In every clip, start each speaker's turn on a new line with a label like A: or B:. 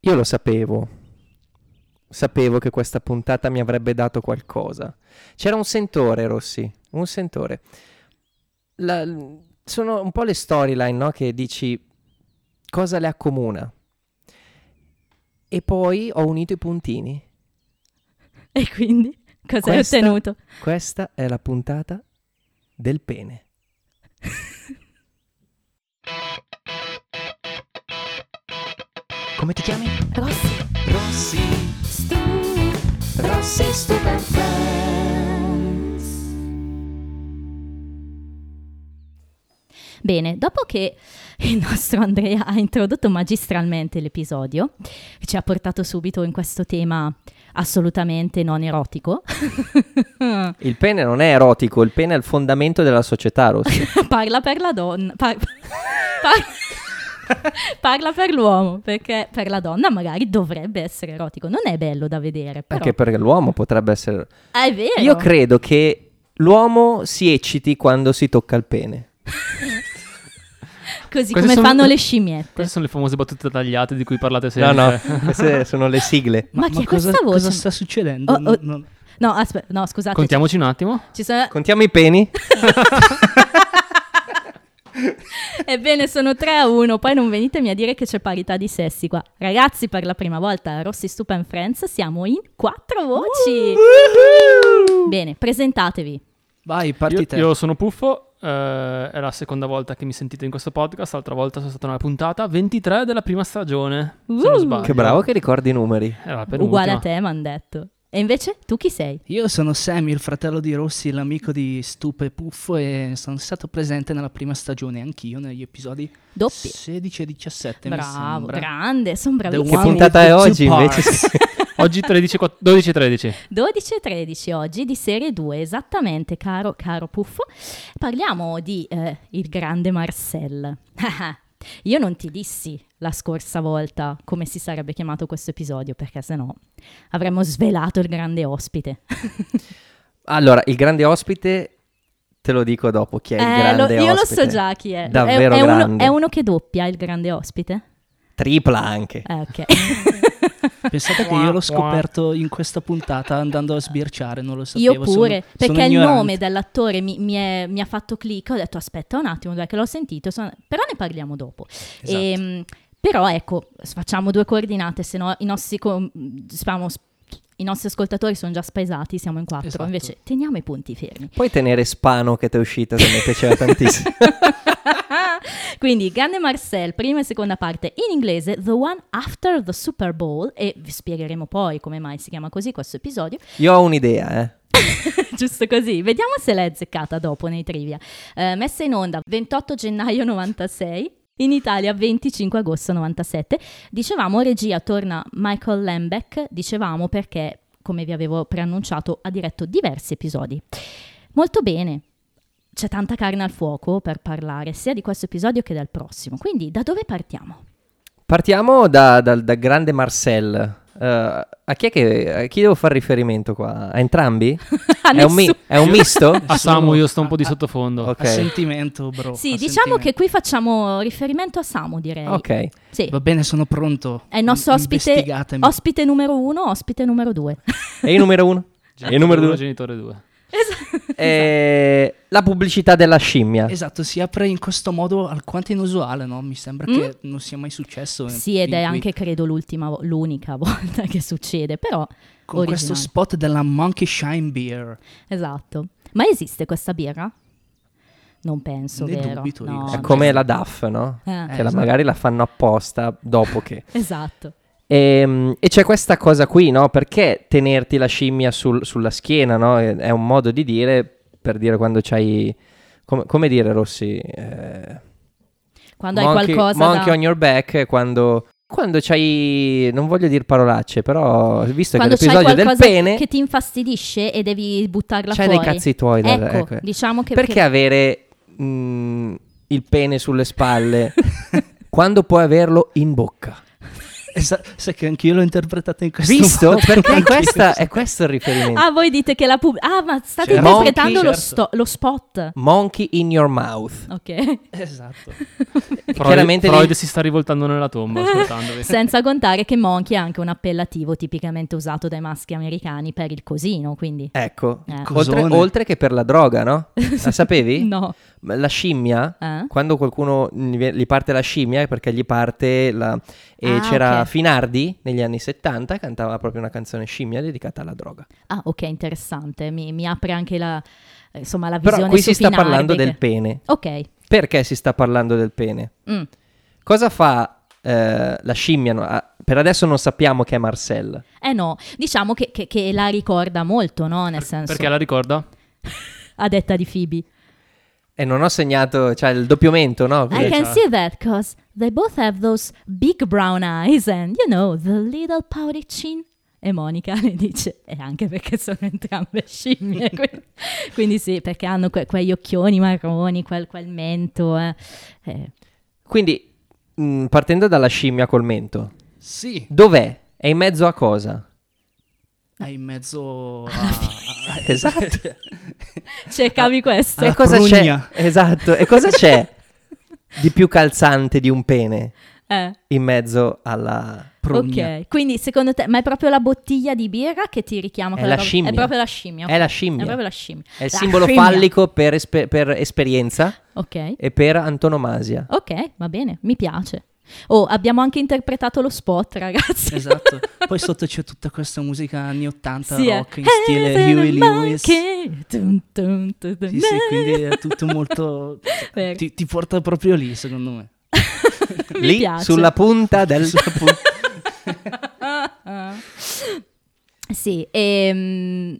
A: Io lo sapevo. Sapevo che questa puntata mi avrebbe dato qualcosa. C'era un sentore, Rossi. Un sentore. La- sono un po' le storyline, no? Che dici cosa le accomuna. E poi ho unito i puntini.
B: E quindi cosa
A: Questa-
B: hai ottenuto?
A: Questa è la puntata del pene. Come ti chiami?
B: Rossi.
A: Rossi. Rossi
B: Bene, dopo che il nostro Andrea ha introdotto magistralmente l'episodio, che ci ha portato subito in questo tema assolutamente non erotico,
A: Il pene non è erotico, il pene è il fondamento della società, Rossi.
B: parla per la donna. par- par- parla per l'uomo, perché per la donna magari dovrebbe essere erotico. Non è bello da vedere, però
A: Anche perché l'uomo potrebbe essere...
B: è vero.
A: Io credo che l'uomo si ecciti quando si tocca il pene.
B: Così
C: Queste
B: come
C: sono-
B: fanno le scimmiette.
C: Queste sono le famose battute tagliate di cui parlate
A: No,
C: sempre.
A: no, queste sono le sigle.
B: Ma, chi è
D: cosa,
B: questa voce?
D: cosa sta succedendo?
B: Oh, oh.
D: Non-
B: No, aspetta, no, scusate.
C: Contiamoci un attimo.
B: Ci sono...
A: Contiamo i peni?
B: Ebbene, sono 3 a 1, poi non venitemi a dire che c'è parità di sessi qua. Ragazzi, per la prima volta a Rossi Stupa in Friends siamo in quattro voci. Bene, presentatevi.
D: Vai, parti
C: Io,
D: te.
C: io sono Puffo, eh, è la seconda volta che mi sentite in questo podcast, l'altra volta sono stata nella puntata 23 della prima stagione, se non
B: Uh.
C: sbaglio. Eh,
A: Che bravo che ricordi i numeri.
C: Era la penultima.
B: Uguale a te, mi hanno detto. E invece tu chi sei?
D: Io sono Sammy, il fratello di Rossi, l'amico di Stupe e Puffo e sono stato presente nella prima stagione anch'io negli episodi
B: Doppi.
D: 16 e 17 mi
B: Bravo,
D: sembra.
B: grande, sono
D: The
A: Che
D: One
B: bravissimo.
D: with
A: puntata è
D: the two
A: oggi invece?
D: parts.
C: Oggi 13, 12 13.
B: 12 e 13 oggi di serie 2, esattamente, caro, caro Puffo. Parliamo di eh, il grande Marcel. Io non ti dissi la scorsa volta come si sarebbe chiamato questo episodio, perché sennò avremmo svelato il grande ospite.
A: Allora, il grande ospite, te lo dico dopo chi è il
B: Eh, lo-
A: grande
B: io
A: ospite.
B: lo so già chi è. È-
A: Davvero
B: è, uno,
A: grande.
B: è uno che doppia il grande ospite?
A: Tripla anche.
B: Eh, ok.
D: Pensate che io l'ho scoperto in questa puntata andando a sbirciare, non lo sapevo.
B: Io pure,
D: sono- sono
B: perché il
D: ignorante.
B: nome dell'attore mi, mi è- mi ha fatto click, ho detto aspetta un attimo, dai che l'ho sentito, sono- però ne parliamo dopo.
D: Esatto.
B: Ehm, però ecco, s- facciamo due coordinate, se no i nostri, com- diciamo, s- i nostri ascoltatori sono già spaesati, siamo in quattro,
D: Esatto.
B: invece teniamo i punti fermi.
A: Puoi tenere Spano che ti è uscita, se mi piaceva tantissimo.
B: Quindi Grande Marcel, prima e seconda parte in inglese, The One After the Super Bowl, e vi spiegheremo poi come mai si chiama così questo episodio.
A: Io ho un'idea, eh.
B: Giusto così, vediamo se l'hai azzeccata dopo nei trivia. Eh, messa in onda 28 gennaio 96. In Italia 25 agosto 97. Dicevamo regia torna Michael Lembeck, dicevamo perché, come vi avevo preannunciato, ha diretto diversi episodi. Molto bene. C'è tanta carne al fuoco per parlare sia di questo episodio che del prossimo. Quindi da dove partiamo?
A: Partiamo da- dal da grande Marcel. Eh, a, chi è che, a chi devo fare riferimento qua? A entrambi?
B: A
A: è, un mi-
B: nessuno.
A: è un misto?
C: A Samu io sto un po' di
D: Ah, ah.
C: sottofondo.
A: Ok.
D: A sentimento, bro.
B: Sì,
D: a
B: diciamo che
D: sentimento.
B: qui facciamo riferimento a Samu, direi.
A: Ok.
B: Sì.
D: Va bene, sono pronto.
B: È il nostro
D: In-
B: ospite,
D: investigatemi.
B: ospite numero uno, ospite numero due.
A: E il numero uno? E il numero
C: uno,
A: due?
C: Genitore 2.
B: Esatto.
A: Eh, la pubblicità della scimmia.
D: Esatto, si apre in questo modo alquanto inusuale, no? Mi sembra che non sia mai successo.
B: Mm.
D: eh,
B: Sì, ed
D: fin
B: è
D: qui.
B: anche, credo, l'ultima, vo- l'unica volta che succede, però...
D: Con questo
B: originale.
D: spot della Monkey Shine Beer.
B: Esatto. Ma esiste questa birra? Non penso,
D: Ne
B: vero?
D: dubito io.
B: No,
A: È
B: no.
A: come la DAF, no?
B: Esatto. Eh,
A: Che
D: Eh,
A: la-
D: esatto.
A: magari la fanno apposta dopo che...
B: Esatto.
A: Ehm, E, c'è questa cosa qui, no? Perché tenerti la scimmia sul- sulla schiena, no? È è un modo di dire, per dire quando c'hai... Come, come dire, Rossi? Eh,
B: Quando hai
A: monkey,
B: qualcosa
A: monkey
B: da...
A: on your back è quando... Quando c'hai... Non voglio dire parolacce, però... Visto
B: Quando
A: che
B: c'hai
A: l'episodio del
B: qualcosa
A: pene...
B: che ti infastidisce e devi buttarla
A: C'hai
B: fuori.
A: dei cazzi tuoi da-
B: Ecco,
A: ecco.
B: diciamo che...
A: Perché avere mm, mh, il pene sulle spalle quando puoi averlo in bocca?
D: Esa- sai che anch'io l'ho interpretata in questo
A: Visto?
D: modo.
A: Perché
D: Anch'io.
A: questa, è questo il riferimento.
B: Ah, voi dite che la pub... Ah, ma state
A: Certo.
B: interpretando
D: Monkey,
B: lo,
D: certo.
B: sto- lo spot.
A: Monkey in your mouth.
B: Ok.
D: Esatto.
C: Freud,
A: chiaramente
C: Freud
A: lì-
C: si sta rivoltando nella tomba ascoltandovi.
B: Senza contare che monkey è anche un appellativo tipicamente usato dai maschi americani per il cosino, quindi...
A: Ecco,
B: Eh.
A: oltre,
D: Cosone.
A: oltre che per la droga, no? La sapevi?
B: No.
A: Ma La scimmia,
B: Eh?
A: quando qualcuno gli vie- gli parte la scimmia è perché gli parte la... E
B: Ah,
A: c'era
B: ok.
A: Finardi negli anni 70, cantava proprio una canzone scimmia dedicata alla droga.
B: Ah, ok, interessante. Mi, mi apre anche la, eh, insomma, la visione
A: Però qui
B: su
A: si sta
B: Finardi
A: parlando
B: che-
A: del pene.
B: Ok.
A: Perché si sta parlando del pene?
B: mm.
A: Cosa fa eh, la scimmia? No, ah, Per adesso non sappiamo che è Marcel.
B: Eh no, diciamo che, che- che la ricorda molto, no? Nel senso,
C: Perché la ricorda?
B: a detta di Phoebe.
A: E non ho segnato, cioè il doppiamento, no?
B: I
A: Quindi-
B: can
C: cioè-
B: see that because they both have those big brown eyes and, you know, the little pouty chin. E Monica le dice, e anche perché sono entrambe scimmie. quindi, quindi sì, perché hanno que- quegli occhioni marroni, quel, quel mento. eh. Eh,
A: Quindi, mh, partendo dalla scimmia col mento,
D: Sì,
A: dov'è? È in mezzo a cosa?
D: è in mezzo a...
A: Esatto.
B: cercavi questo.
D: Alla
A: e cosa
D: prugna.
A: c'è? Ah, Esatto. E cosa c'è di più calzante di un pene
B: Eh,
A: in mezzo alla...
D: Prugna.
B: ok, quindi secondo te, ma è proprio la bottiglia di birra che ti richiama?
A: È
B: quella
A: la
B: roba-
A: scimmia.
B: È proprio la scimmia.
A: È la
B: ok. È
A: scimmia.
B: proprio la scimmia.
A: È il
B: La
A: simbolo
B: scimmia.
A: fallico per, espe- per esperienza
B: Ok.
A: e per antonomasia.
B: Ok, va bene, mi piace. Oh, abbiamo anche interpretato lo spot, ragazzi.
D: Esatto. Poi sotto c'è tutta questa musica anni 80
B: Sì, eh. è-
D: rock in stile Huey Lewis. Sì,
B: Monkey. Dun, dun, dun, dun.
D: sì, quindi è tutto molto...
B: Vero.
D: Ti, ti porta proprio lì, secondo me.
B: Mi
A: Lì,
B: piace.
A: sulla punta del...
B: Sì, e mm,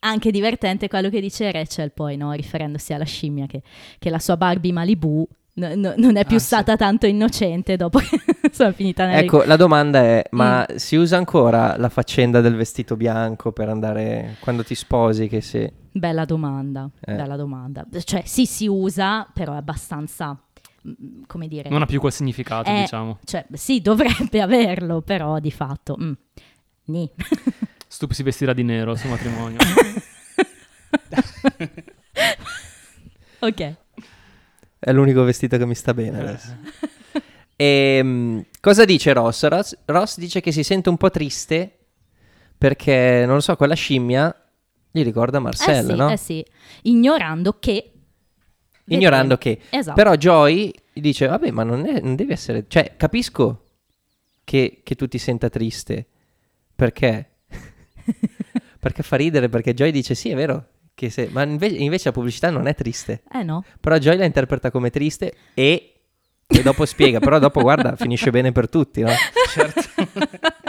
B: anche divertente quello che dice Rachel poi, no? riferendosi alla scimmia, che, che la sua Barbie Malibu no- no- non è più
D: Ah, sì.
B: stata tanto innocente dopo che sono finita nelle...
A: Ecco, la domanda è, ma
B: Mm.
A: si usa ancora la faccenda del vestito bianco per andare quando ti sposi? Che se...
B: Bella domanda,
A: Eh.
B: bella domanda. Cioè, sì, si usa, però è abbastanza, mm, come dire...
C: Non ha più quel significato,
B: Eh,
C: diciamo.
B: Cioè, sì, dovrebbe averlo, però di fatto. mm, nì.
C: Stup si vestirà di nero al suo matrimonio.
B: ok. Eh
A: È l'unico vestito che mi sta bene adesso. Ehm, cosa dice Ross? Ross? Ross dice che si sente un po' triste perché, non lo so, quella scimmia gli ricorda
B: Eh
A: Marcel,
B: sì,
A: no?
B: eh sì, ignorando che...
A: Ignorando che...
B: Esatto.
A: Però Joy dice, vabbè, ma non, è- non devi essere... Cioè, capisco che, che tu ti senta triste. Perché? perché fa ridere, perché Joy dice, sì, è vero, che se... ma inve- invece la pubblicità non è triste.
B: Eh no.
A: Però Joy la interpreta come triste e... E dopo spiega, però dopo guarda, finisce bene per tutti, no?
B: Mitico,
A: Certo.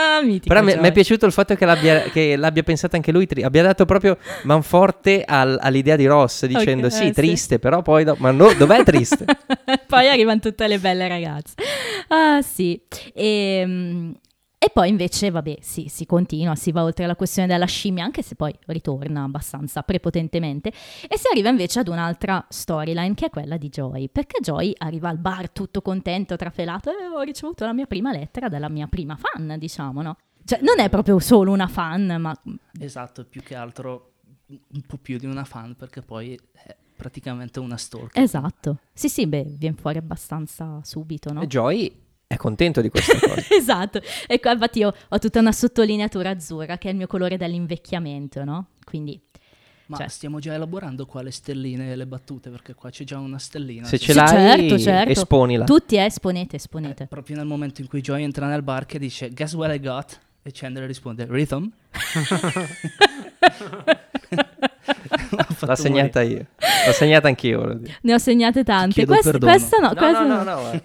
A: Però mi
B: Joy.
A: mi è piaciuto il fatto che l'abbia, che l'abbia pensato anche lui, tri- abbia dato proprio manforte al- all'idea di Ross dicendo
B: Ok, eh,
A: sì,
B: sì.
A: triste, però poi... do- ma no, dov'è triste?
B: poi arrivano tutte le belle ragazze. Ah sì. Ehm, E, poi invece, vabbè, sì, si continua, si va oltre la questione della scimmia, anche se poi ritorna abbastanza prepotentemente. E si arriva invece ad un'altra storyline, che è quella di Joy. Perché Joy arriva al bar tutto contento, trafelato, e ho ricevuto la mia prima lettera dalla mia prima fan, diciamo, no? Cioè, non è proprio solo una fan, ma
D: Esatto, più che altro un po' più di una fan perché poi è praticamente una stalker.
B: esatto. Sì, sì, beh, viene fuori abbastanza subito, no?
A: E Joy è contento di questa cosa.
B: Esatto, e qua infatti io ho tutta una sottolineatura azzurra che è il mio colore dell'invecchiamento, no? Quindi
D: Ma
B: Cioè-
D: stiamo già elaborando qua le stelline e le battute perché qua c'è già una stellina.
A: Se
D: Sì,
A: ce
B: Sì,
A: l'hai,
B: certo, certo.
A: esponila.
B: tutti eh, esponete,
D: eh,
B: esponete.
D: proprio nel momento in cui Joy entra nel bar che dice Guess what I got? E Chandler risponde Rhythm. L'ha fatto
A: L'ho segnata io. L'ho segnata anch'io. volevo dire.
B: Ne ho segnate tante.
D: chiedo
B: Questa,
D: perdono.
B: questa no,
A: No,
B: questa
A: no, no,
B: no.
A: no. eh.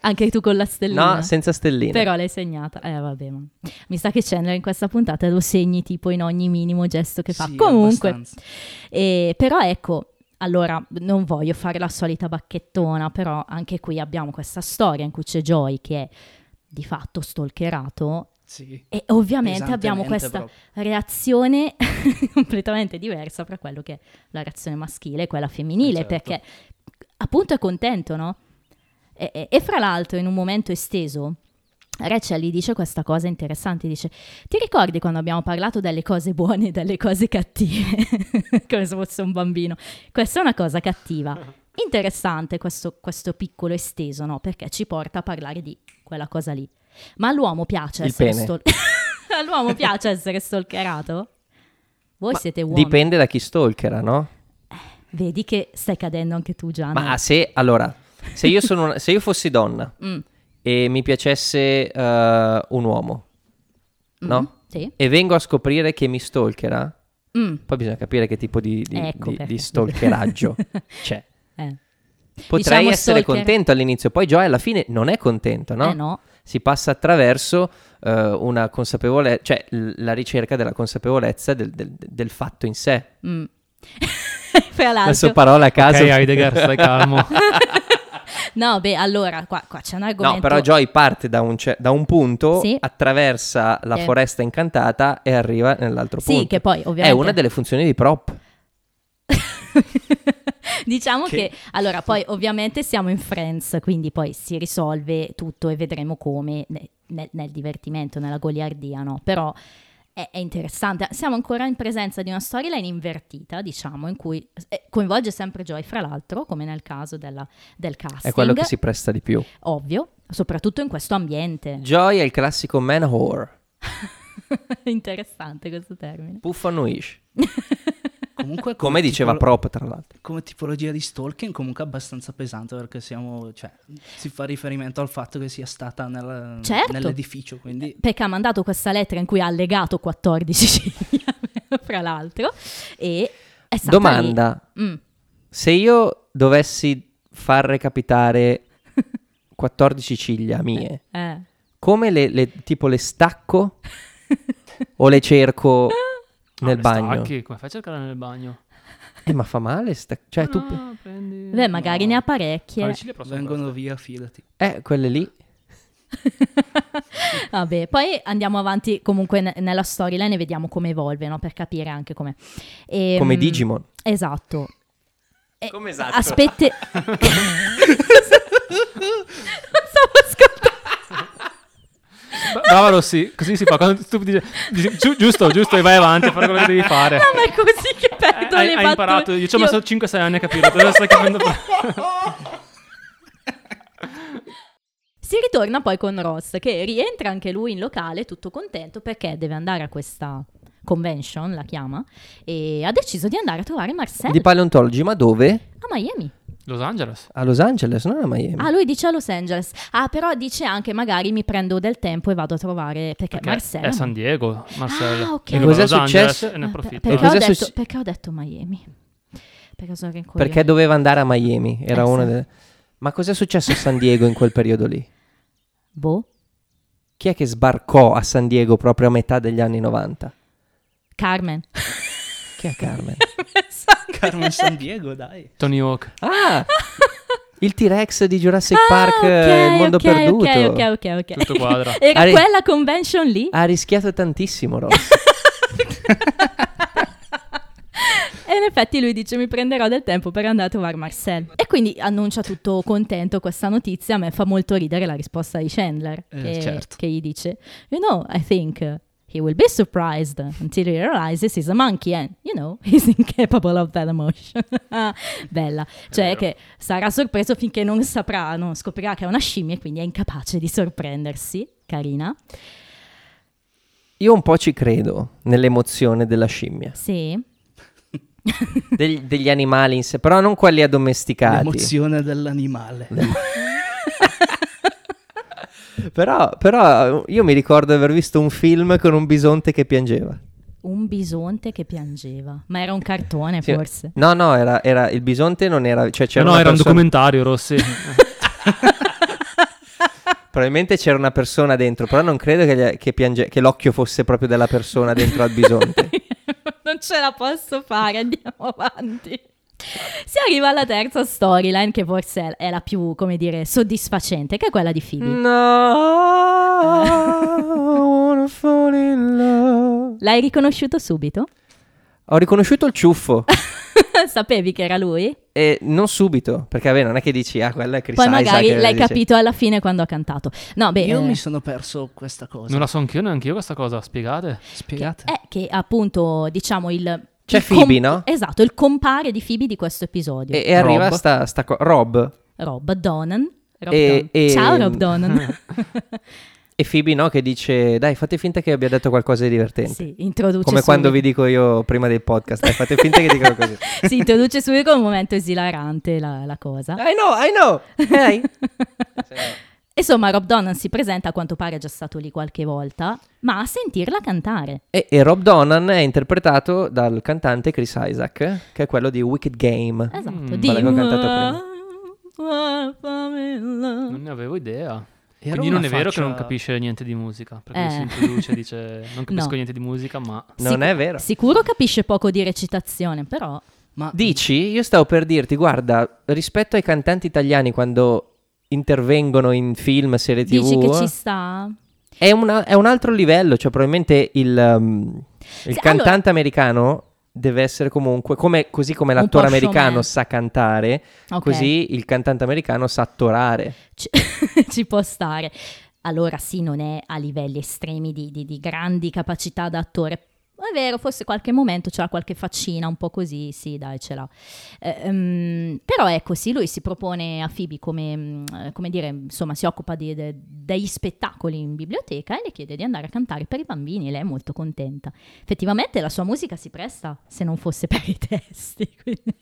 B: Anche tu con la stellina.
A: No, senza stelline.
B: Però l'hai segnata. Eh, vabbè, ma- mi sa che Chandler in questa puntata lo segni tipo in ogni minimo gesto che fa.
D: Sì,
B: Comunque,
D: abbastanza.
B: E- però ecco, allora non voglio fare la solita bacchettona, però anche qui abbiamo questa storia in cui c'è Joy che è di fatto stalkerato
D: Sì.
B: e ovviamente abbiamo
D: Pesantemente
B: questa
D: proprio.
B: reazione completamente diversa fra quello che è la reazione maschile e quella femminile,
D: Eh, certo.
B: perché appunto è contento, no? E, e- e fra l'altro in un momento esteso Rachel gli dice questa cosa interessante, dice ti ricordi quando abbiamo parlato delle cose buone e delle cose cattive? Come se fosse un bambino. Questa è una cosa cattiva. Interessante questo, questo piccolo esteso, no? Perché ci porta a parlare di quella cosa lì. Ma all'uomo piace
A: Il
B: essere
A: pene.
B: stol- all'uomo piace essere stalkerato? Voi
A: Ma
B: siete uomini.
A: Dipende da chi stalkera, no?
B: Vedi che stai cadendo anche tu, Gianni.
A: Ma se, allora, se io, sono una- se io fossi donna
B: Mm.
A: e mi piacesse eh, un uomo, no?
B: Mm. Sì.
A: E vengo a scoprire che mi stalkera,
B: Mm.
A: poi bisogna capire che tipo di, di,
B: Ecco
A: di-
B: perché.
A: di stalkeraggio c'è.
B: Eh.
A: Potrei
B: Diciamo
A: essere
B: stalker-
A: contento all'inizio, poi Joy alla fine non è contento, no?
B: Eh no.
A: Si passa attraverso eh, una consapevolezza, cioè l- la ricerca della consapevolezza del, del- del fatto in sé.
B: Mm. Fra l'altro-
A: Adesso parola a caso.
C: Ok, Heidegger, stai calmo.
B: No, beh, allora, qua, qua c'è un argomento.
A: No, però Joy parte da un, ce- da un punto,
B: Sì.
A: attraversa la
B: Eh.
A: foresta incantata e arriva nell'altro
B: Sì,
A: punto.
B: che poi,
A: È
B: ovviamente...
A: una delle funzioni di prop.
B: diciamo che...
A: Che-
B: Allora, poi, ovviamente siamo in Friends, quindi poi si risolve tutto e vedremo come ne- nel, nel divertimento, nella goliardia, no? Però... È è interessante, siamo ancora in presenza di una storyline invertita, diciamo, in cui eh, coinvolge sempre Joy, fra l'altro, come nel caso della, del casting,
A: È quello che si presta di più.
B: ovvio, soprattutto in questo ambiente.
A: Joy è il classico man whore.
B: interessante questo termine.
A: Puff annuisce.
D: Comunque,
A: Come diceva
B: Mm.
D: tipolo-
A: prop, tra l'altro.
D: Come tipologia di stalking, comunque abbastanza pesante perché siamo, cioè, si fa riferimento al fatto che sia stata nel-
B: Certo.
D: nell'edificio, quindi
C: Eh,
B: perché ha mandato questa lettera in cui ha allegato 14 ciglia, fra l'altro, e è stata
A: Domanda.
B: lì. Mm.
A: Se io dovessi far recapitare 14 ciglia mie,
B: Eh.
A: come le, le- tipo le stacco o le cerco
C: No,
A: nel
C: le
A: bagno?
C: stacchi, Come fai a cercare nel bagno?
A: Eh, ma fa male? sta- Cioè, tu...
C: No, prendi-
B: Beh, magari
C: no.
B: ne ha
C: No, le
B: parecchie.
C: ciglia però sono
D: vengono
C: grosse.
D: via, fidati.
A: Eh, quelle lì.
B: Vabbè, poi andiamo avanti comunque ne- nella storyline e vediamo come evolve, no? per capire anche come. Ehm,
A: Come Digimon.
B: Esatto. E-
A: Come esatto?
B: Aspette... Non stavo ascoltando.
C: Bra- Brava Rossi, così si fa. Quando tu dici, dici, "Giu- giusto, giusto, e vai avanti a fare quello che devi fare.
B: No, ma è così che perdo
C: Eh, hai,
B: le
C: hai
B: battute.
C: imparato, io ci ho
B: Io-
C: messo 5-6 anni a capire, te lo stai capendo
B: Si ritorna poi con Ross, che rientra anche lui in locale, tutto contento perché deve andare a questa convention, la chiama, e ha deciso di andare a trovare Marcel
A: Di paleontologi, ma dove?
B: a Miami.
C: Los
B: Eh,
C: Angeles.
A: A Los Angeles, non a Miami.
B: Ah, lui dice a Los Angeles. Ah, però dice anche magari mi prendo del tempo e vado a trovare, perché,
C: Perché
B: Marcel...
C: è San Diego, Marcello.
B: Ah, ok.
C: E lui va a
A: Cos'è
C: Los Angeles
A: successo?
C: E ne
B: Eh,
C: approfitta.
B: perché,
A: E
B: ho
A: cos'è
B: detto,
A: succe-
B: perché ho detto Miami? Perché sono rincoglionita.
A: Perché doveva andare a Miami? Era
B: Eh,
A: uno
B: sì.
A: delle- Ma cos'è successo a San Diego in quel periodo lì?
B: Boh,
A: Chi è che sbarcò a San Diego proprio a metà degli anni 90?
B: Carmen.
A: Chi è Carmen?
D: Carmen San Diego, dai.
C: Tony Hawk.
A: Ah! Il T-Rex di Jurassic
B: Ah,
A: Park, eh,
B: ok,
A: il mondo
B: ok,
A: perduto.
B: Ok, ok, ok, ok.
C: Tutto quadra.
B: Era
A: Ari-
B: quella convention lì?
A: Ha rischiato tantissimo, Ross.
B: E in effetti lui dice mi prenderò del tempo per andare a trovare Marcel. E quindi annuncia tutto contento questa notizia. A me fa molto ridere la risposta di Chandler
D: Eh,
B: che,
D: certo.
B: che gli dice, you know, I think uh, he will be surprised until he realizes he's a monkey and, you know, he's incapable of that emotion. Bella. Cioè che sarà sorpreso finché non saprà, non scoprirà che è una scimmia e quindi è incapace di sorprendersi. Carina.
A: Io un po' ci credo nell'emozione della scimmia,
B: Sì.
A: degli, degli animali in sé, però non quelli addomesticati.
D: L'emozione dell'animale.
A: Però, però io mi ricordo di aver visto un film con un bisonte che piangeva.
B: Un bisonte che piangeva. Ma era un cartone
A: Sì.
B: forse.
A: No, no, era, era- il bisonte non era... Cioè c'era
C: no,
A: una
C: era un
A: persona-
C: documentario, Rossi.
A: Probabilmente c'era una persona dentro, però non credo che, gli- che piange- che l'occhio fosse proprio della persona dentro al bisonte.
B: non ce la posso fare, andiamo avanti. Si arriva alla terza storyline che forse è la più, come dire, soddisfacente, che è quella di Phoebe.
D: Mm.
A: No, I wanna fall in love.
B: L'hai riconosciuto subito?
A: Ho riconosciuto il ciuffo.
B: Sapevi che era lui?
A: E non subito, perché vabbè, non è che dici, ah, quella è Chris
B: Poi
A: Isaac",
B: magari
A: e
B: l'hai
A: dice-
B: capito alla fine quando ha cantato. No, beh,
D: Io
B: eh,
D: mi sono perso questa cosa.
C: Non la so anch'io, neanche io questa cosa, spiegate.
D: Spiegate.
B: È che appunto, diciamo, il...
A: C'è
B: il
A: Phoebe, no?
B: Esatto, il compare di Phoebe di questo episodio.
A: E, e arriva
C: Rob.
A: sta, sta co- Rob
B: Rob Donan. Rob
A: E-
B: Donan.
A: e-
B: Ciao Rob Donan.
A: e Phoebe, no? Che dice, dai, fate finta che abbia detto qualcosa di divertente.
B: sì, introduce
A: Come quando vi
B: subito.
A: dico io prima dei podcast, dai, fate finta che dicono così.
B: si introduce subito con un momento esilarante la, la cosa.
A: I know, I know. Hey.
B: Insomma, Rob Donan si presenta, a quanto pare è già stato lì qualche volta, ma a sentirla cantare.
A: E, e Rob Donan è interpretato dal cantante Chris Isaac, eh, che è quello di Wicked Game.
B: Esatto,
C: Mm,
B: di... Mmm.
A: quella che ho cantato
C: Non ne avevo idea.
D: Era
C: Quindi
D: una
C: non è vero che
D: faccia-
C: non capisce niente di musica, perché
B: Eh.
C: si introduce e dice non capisco
B: No.
C: niente di musica, ma...
A: Non
B: Sicu-
A: è vero.
B: Sicuro capisce poco di recitazione, però
D: Ma
A: Dici, io stavo per dirti, guarda, rispetto ai cantanti italiani quando intervengono in film, serie tv,
B: dici che ci sta?
A: è, una- è un altro livello, cioè probabilmente il, um, il
B: Sì,
A: cantante americano deve essere comunque, come- così come
B: Un
A: l'attore
B: po'
A: americano
B: showman.
A: sa cantare,
B: Ok,
A: così il cantante americano sa attorare.
B: Ci, ci può stare. Allora sì, non è a livelli estremi di, di- di grandi capacità da attore. È vero, forse qualche momento ce l'ha qualche faccina, un po' così, sì, dai, ce l'ha. Eh, ehm, però ecco, sì, lui si propone a Phoebe come, mm, eh, come dire, insomma, si occupa di- de- degli spettacoli in biblioteca e le chiede di andare a cantare per i bambini, lei è molto contenta. Effettivamente la sua musica si presta, se non fosse per i testi. quindi-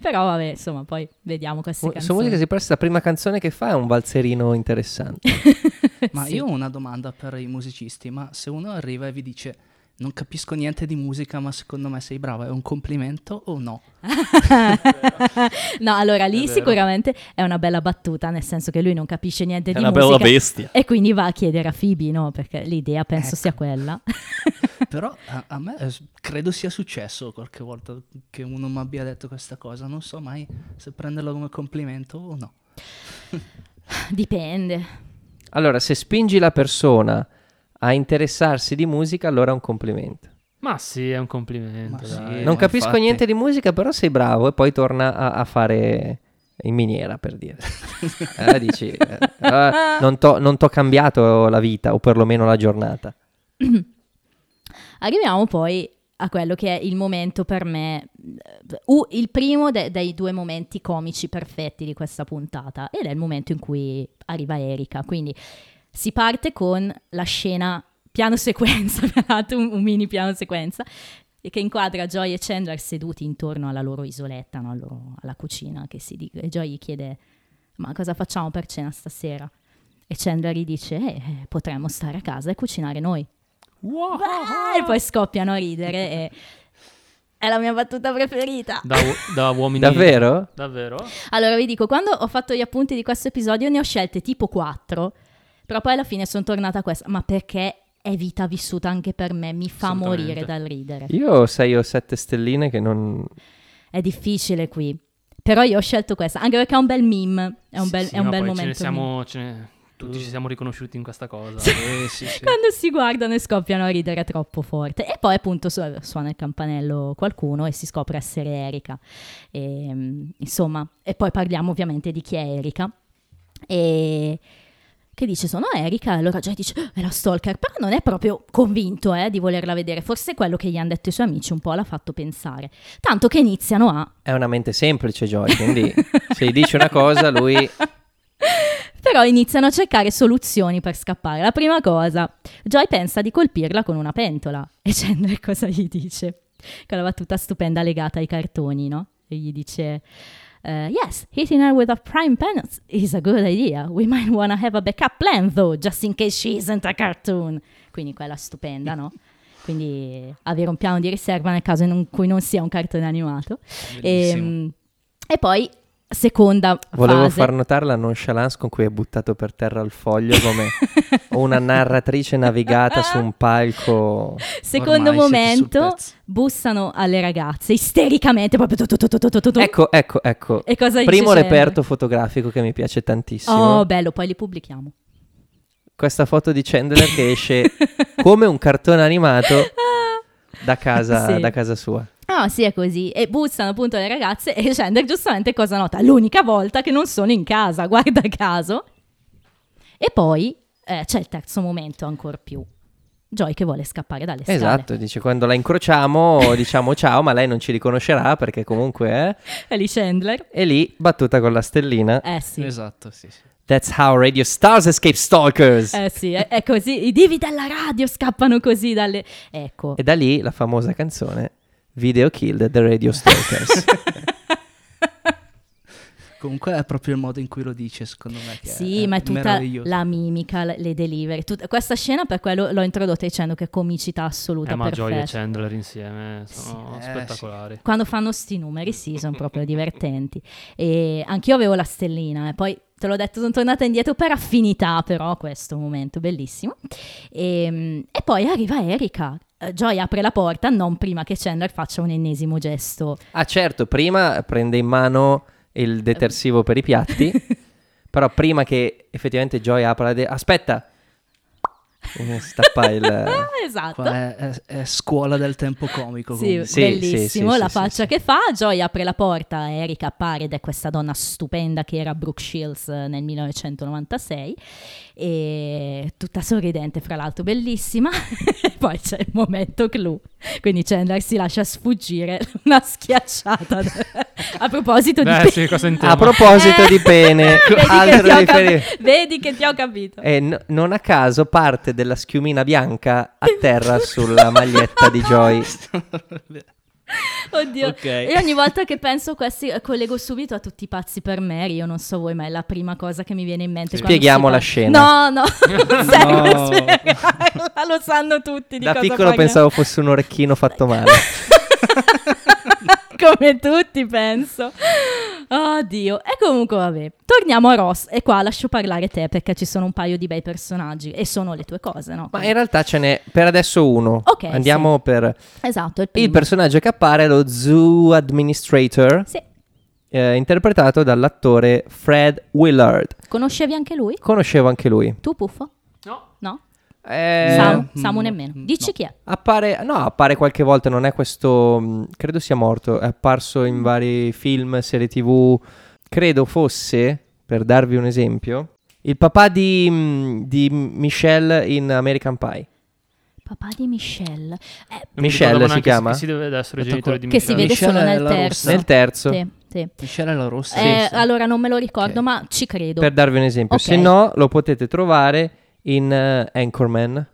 B: Però vabbè, insomma, poi vediamo queste
A: Su
B: canzoni.
A: musica si presta la prima canzone che fa è un valzerino interessante.
D: Ma
B: Sì.
D: io ho una domanda per i musicisti, ma se uno arriva e vi dice non capisco niente di musica, ma secondo me sei brava, è un complimento o no?
B: no, allora lì
C: vero.
B: sicuramente è una bella battuta, nel senso che lui non capisce niente di
E: una
B: musica.
E: bella bestia. Ecco.
B: e quindi va a chiedere a Phoebe, no? Perché l'idea penso sia quella.
D: Però a, a me eh, s- credo sia successo qualche volta che uno mi abbia detto questa cosa, non so mai se prenderlo come complimento o no.
B: Dipende.
A: Allora, se spingi la persona a interessarsi di musica, allora è un complimento.
C: Ma sì, è un complimento.
D: Ma
C: dai.
D: sì.
A: non
D: ma
A: capisco
D: infatti.
A: niente di musica, però sei bravo e poi torna a, a fare in miniera, per dire. Allora dici, eh, ah, non t'ho non t'ho cambiato la vita o perlomeno la giornata.
B: Arriviamo poi a quello che è il momento per me, eh, u- il primo de- dei due momenti comici perfetti di questa puntata, ed è il momento in cui arriva Erika. Quindi si parte con la scena piano sequenza, tra l'altro un, un mini piano sequenza, e che inquadra Joy e Chandler seduti intorno alla loro isoletta, no? Al loro- alla cucina, che si dice, e Joy gli chiede, ma cosa facciamo per cena stasera? E Chandler gli dice, "Eh, eh, potremmo stare a casa e cucinare noi.
C: Wow.
B: Ah, e poi scoppiano a ridere e... È la mia battuta preferita.
C: Da, u- da uomini...
A: Davvero?
C: Davvero?
B: Allora vi dico, quando ho fatto gli appunti di questo episodio ne ho scelte tipo 4, però poi alla fine sono tornata a questa, ma perché è vita vissuta anche per me, mi fa
C: Assolutamente.
B: morire dal ridere.
A: Io ho 6 o 7 stelline che non...
B: È difficile qui. Però io ho scelto questa, anche perché è un bel meme, è un
C: Sì,
B: bel,
C: sì,
B: è un
C: no,
B: bel
C: poi
B: momento.
C: Ce ne
B: meme.
C: siamo... ce ne- Tutti ci siamo riconosciuti in questa cosa.
D: Eh sì, sì.
B: Quando si guardano e scoppiano a ridere troppo forte. E poi appunto su- suona il campanello qualcuno e si scopre essere Erika. E, mm, insomma, e poi parliamo ovviamente di chi è Erika. E che dice sono Erika, allora Joy dice "Ah, è la stalker, però non è proprio convinto eh, di volerla vedere, forse quello che gli hanno detto i suoi amici un po' l'ha fatto pensare, tanto che iniziano a
A: È una mente semplice, Joy, quindi se gli dici una cosa, lui...
B: Però iniziano a cercare soluzioni per scappare. La prima cosa, Joy pensa di colpirla con una pentola. E Chandler cosa gli dice? Con la battuta stupenda legata ai cartoni, no? E gli dice... eh, yes, hitting her with a prime pen is a good idea. We might wanna have a backup plan though, just in case she isn't a cartoon. Quindi quella stupenda, no? Quindi avere un piano di riserva nel caso in cui non sia un cartone animato.
D: Bellissimo.
B: Ehm, E, poi, seconda
A: Volevo
B: fase.
A: far notare la nonchalance con cui hai buttato per terra il foglio come una narratrice navigata su un palco.
B: Secondo
D: Ormai siete sul
B: momento
D: pezzo.
B: bussano alle ragazze istericamente proprio tu, tu, tu, tu, tu, tu, tu, tu.
A: Ecco, ecco, ecco.
B: e cosa dice
A: Primo
B: Chandler?
A: reperto fotografico che mi piace tantissimo.
B: Oh, bello, poi li pubblichiamo.
A: Questa foto di Chandler che esce come un cartone animato da casa,
B: Sì.
A: da casa sua.
B: Ah, No, sì, è così. E bussano appunto le ragazze e Chandler giustamente cosa nota? L'unica volta che non sono in casa, guarda caso. E poi eh, c'è il terzo momento ancora più. Joy che vuole scappare dalle scale.
A: Esatto, dice quando la incrociamo diciamo ciao, ma lei non ci riconoscerà perché comunque è...
B: È lì Chandler.
A: E lì battuta con la stellina.
B: Eh sì.
D: Esatto, sì, sì.
A: That's how radio stars escape stalkers.
B: Eh sì, è, è così. I divi della radio scappano così dalle... Ecco.
A: E da lì la famosa canzone Video Killed the Radio Stalkers.
D: Comunque è proprio il modo in cui lo dice, secondo me. Che
B: Sì,
D: è,
B: ma
D: è
B: è tutta
D: meraviglioso.
B: la mimica, le- le delivery. tut- questa scena per quello l'ho introdotta dicendo che è comicità assoluta.
C: Eh, ma
B: perfetta.
C: Joy e
A: cioè.
C: Chandler insieme sono
D: Sì. Eh,
C: spettacolari.
B: Quando fanno sti numeri, sì, sono proprio divertenti. E anch'io avevo la stellina, e poi te l'ho detto, sono tornata indietro per affinità, però, questo momento bellissimo. Ehm, E, poi arriva Erika. Eh, Joy apre la porta non prima che Chandler faccia un ennesimo gesto.
A: ah certo, prima prende in mano il detersivo per i piatti, eh, però prima che effettivamente Joy apra la... de- Aspetta! Eh, Stappa il...
B: esatto.
D: Qua è, è- è scuola del tempo comico.
B: Sì,
D: comunque.
A: Sì,
B: bellissimo
A: sì, sì,
B: la
A: sì,
B: faccia
A: sì.
B: che fa. Joy apre la porta, Erika appare ed è questa donna stupenda che era Brooke Shields eh, nel 1996 e tutta sorridente, fra l'altro bellissima. Poi c'è il momento clou, quindi Chandler si lascia sfuggire una schiacciata. A proposito di
C: Beh,
B: pe-
C: sì, cosa intendi?
A: A proposito
B: Eh,
A: di pene,
B: vedi, che ti
A: altro
B: ho
A: riferimento.
B: capi- vedi che ti ho capito.
A: E n- non a caso parte della schiumina bianca a terra sulla maglietta di Joy.
B: Oddio.
D: Ok.
B: E ogni volta che penso a questi eh, collego subito a tutti i pazzi per Mary, io non so voi, ma è la prima cosa che mi viene in mente.
A: Sì.
B: quando
A: Spieghiamo
B: si
A: la scena.
B: parla- No, no, non serve
D: No.
B: spiegarla, lo sanno tutti di
A: Da
B: cosa
A: piccolo
B: parliamo.
A: pensavo fosse un orecchino fatto male.
B: Come tutti penso. Oddio. E comunque vabbè, torniamo a Ross e qua lascio parlare te perché ci sono un paio di bei personaggi e sono le tue cose, no?
A: Ma in realtà ce n'è per adesso uno.
B: Ok,
A: Andiamo per
B: Esatto, il primo.
A: il personaggio che appare è lo Zoo Administrator,
B: Sì,
A: eh, interpretato dall'attore Fred Willard.
B: conoscevi anche lui?
A: Conoscevo anche lui.
B: Tu Puffo?
C: No,
B: No?
A: Eh,
B: Samu?
D: mm,
B: Samu nemmeno.
D: mm,
B: Dici
D: no.
B: chi è?
A: Appare, no, appare qualche volta, non è questo, mh, credo sia morto, è apparso
B: Mm.
A: in vari film, serie tv, credo fosse, per darvi un esempio, il papà di, mh, di Michelle in American Pie.
B: Papà di Michelle. Eh,
C: non mi
A: Michelle
C: ricordavo
A: si
C: neanche
A: chiama?
C: Chi si deve essere i
D: Detto
C: genitori di
B: che si
C: Michelle.
B: vede
D: Michelle
B: solo
D: è
B: nel
D: la
B: terzo.
D: rossa.
A: Nel terzo,
B: Sì, sì.
D: Michele la rossa.
B: Eh, allora non me lo ricordo,
D: Ok.
B: ma ci credo.
A: per darvi un esempio,
B: Ok.
A: se no lo potete trovare in eh, Anchorman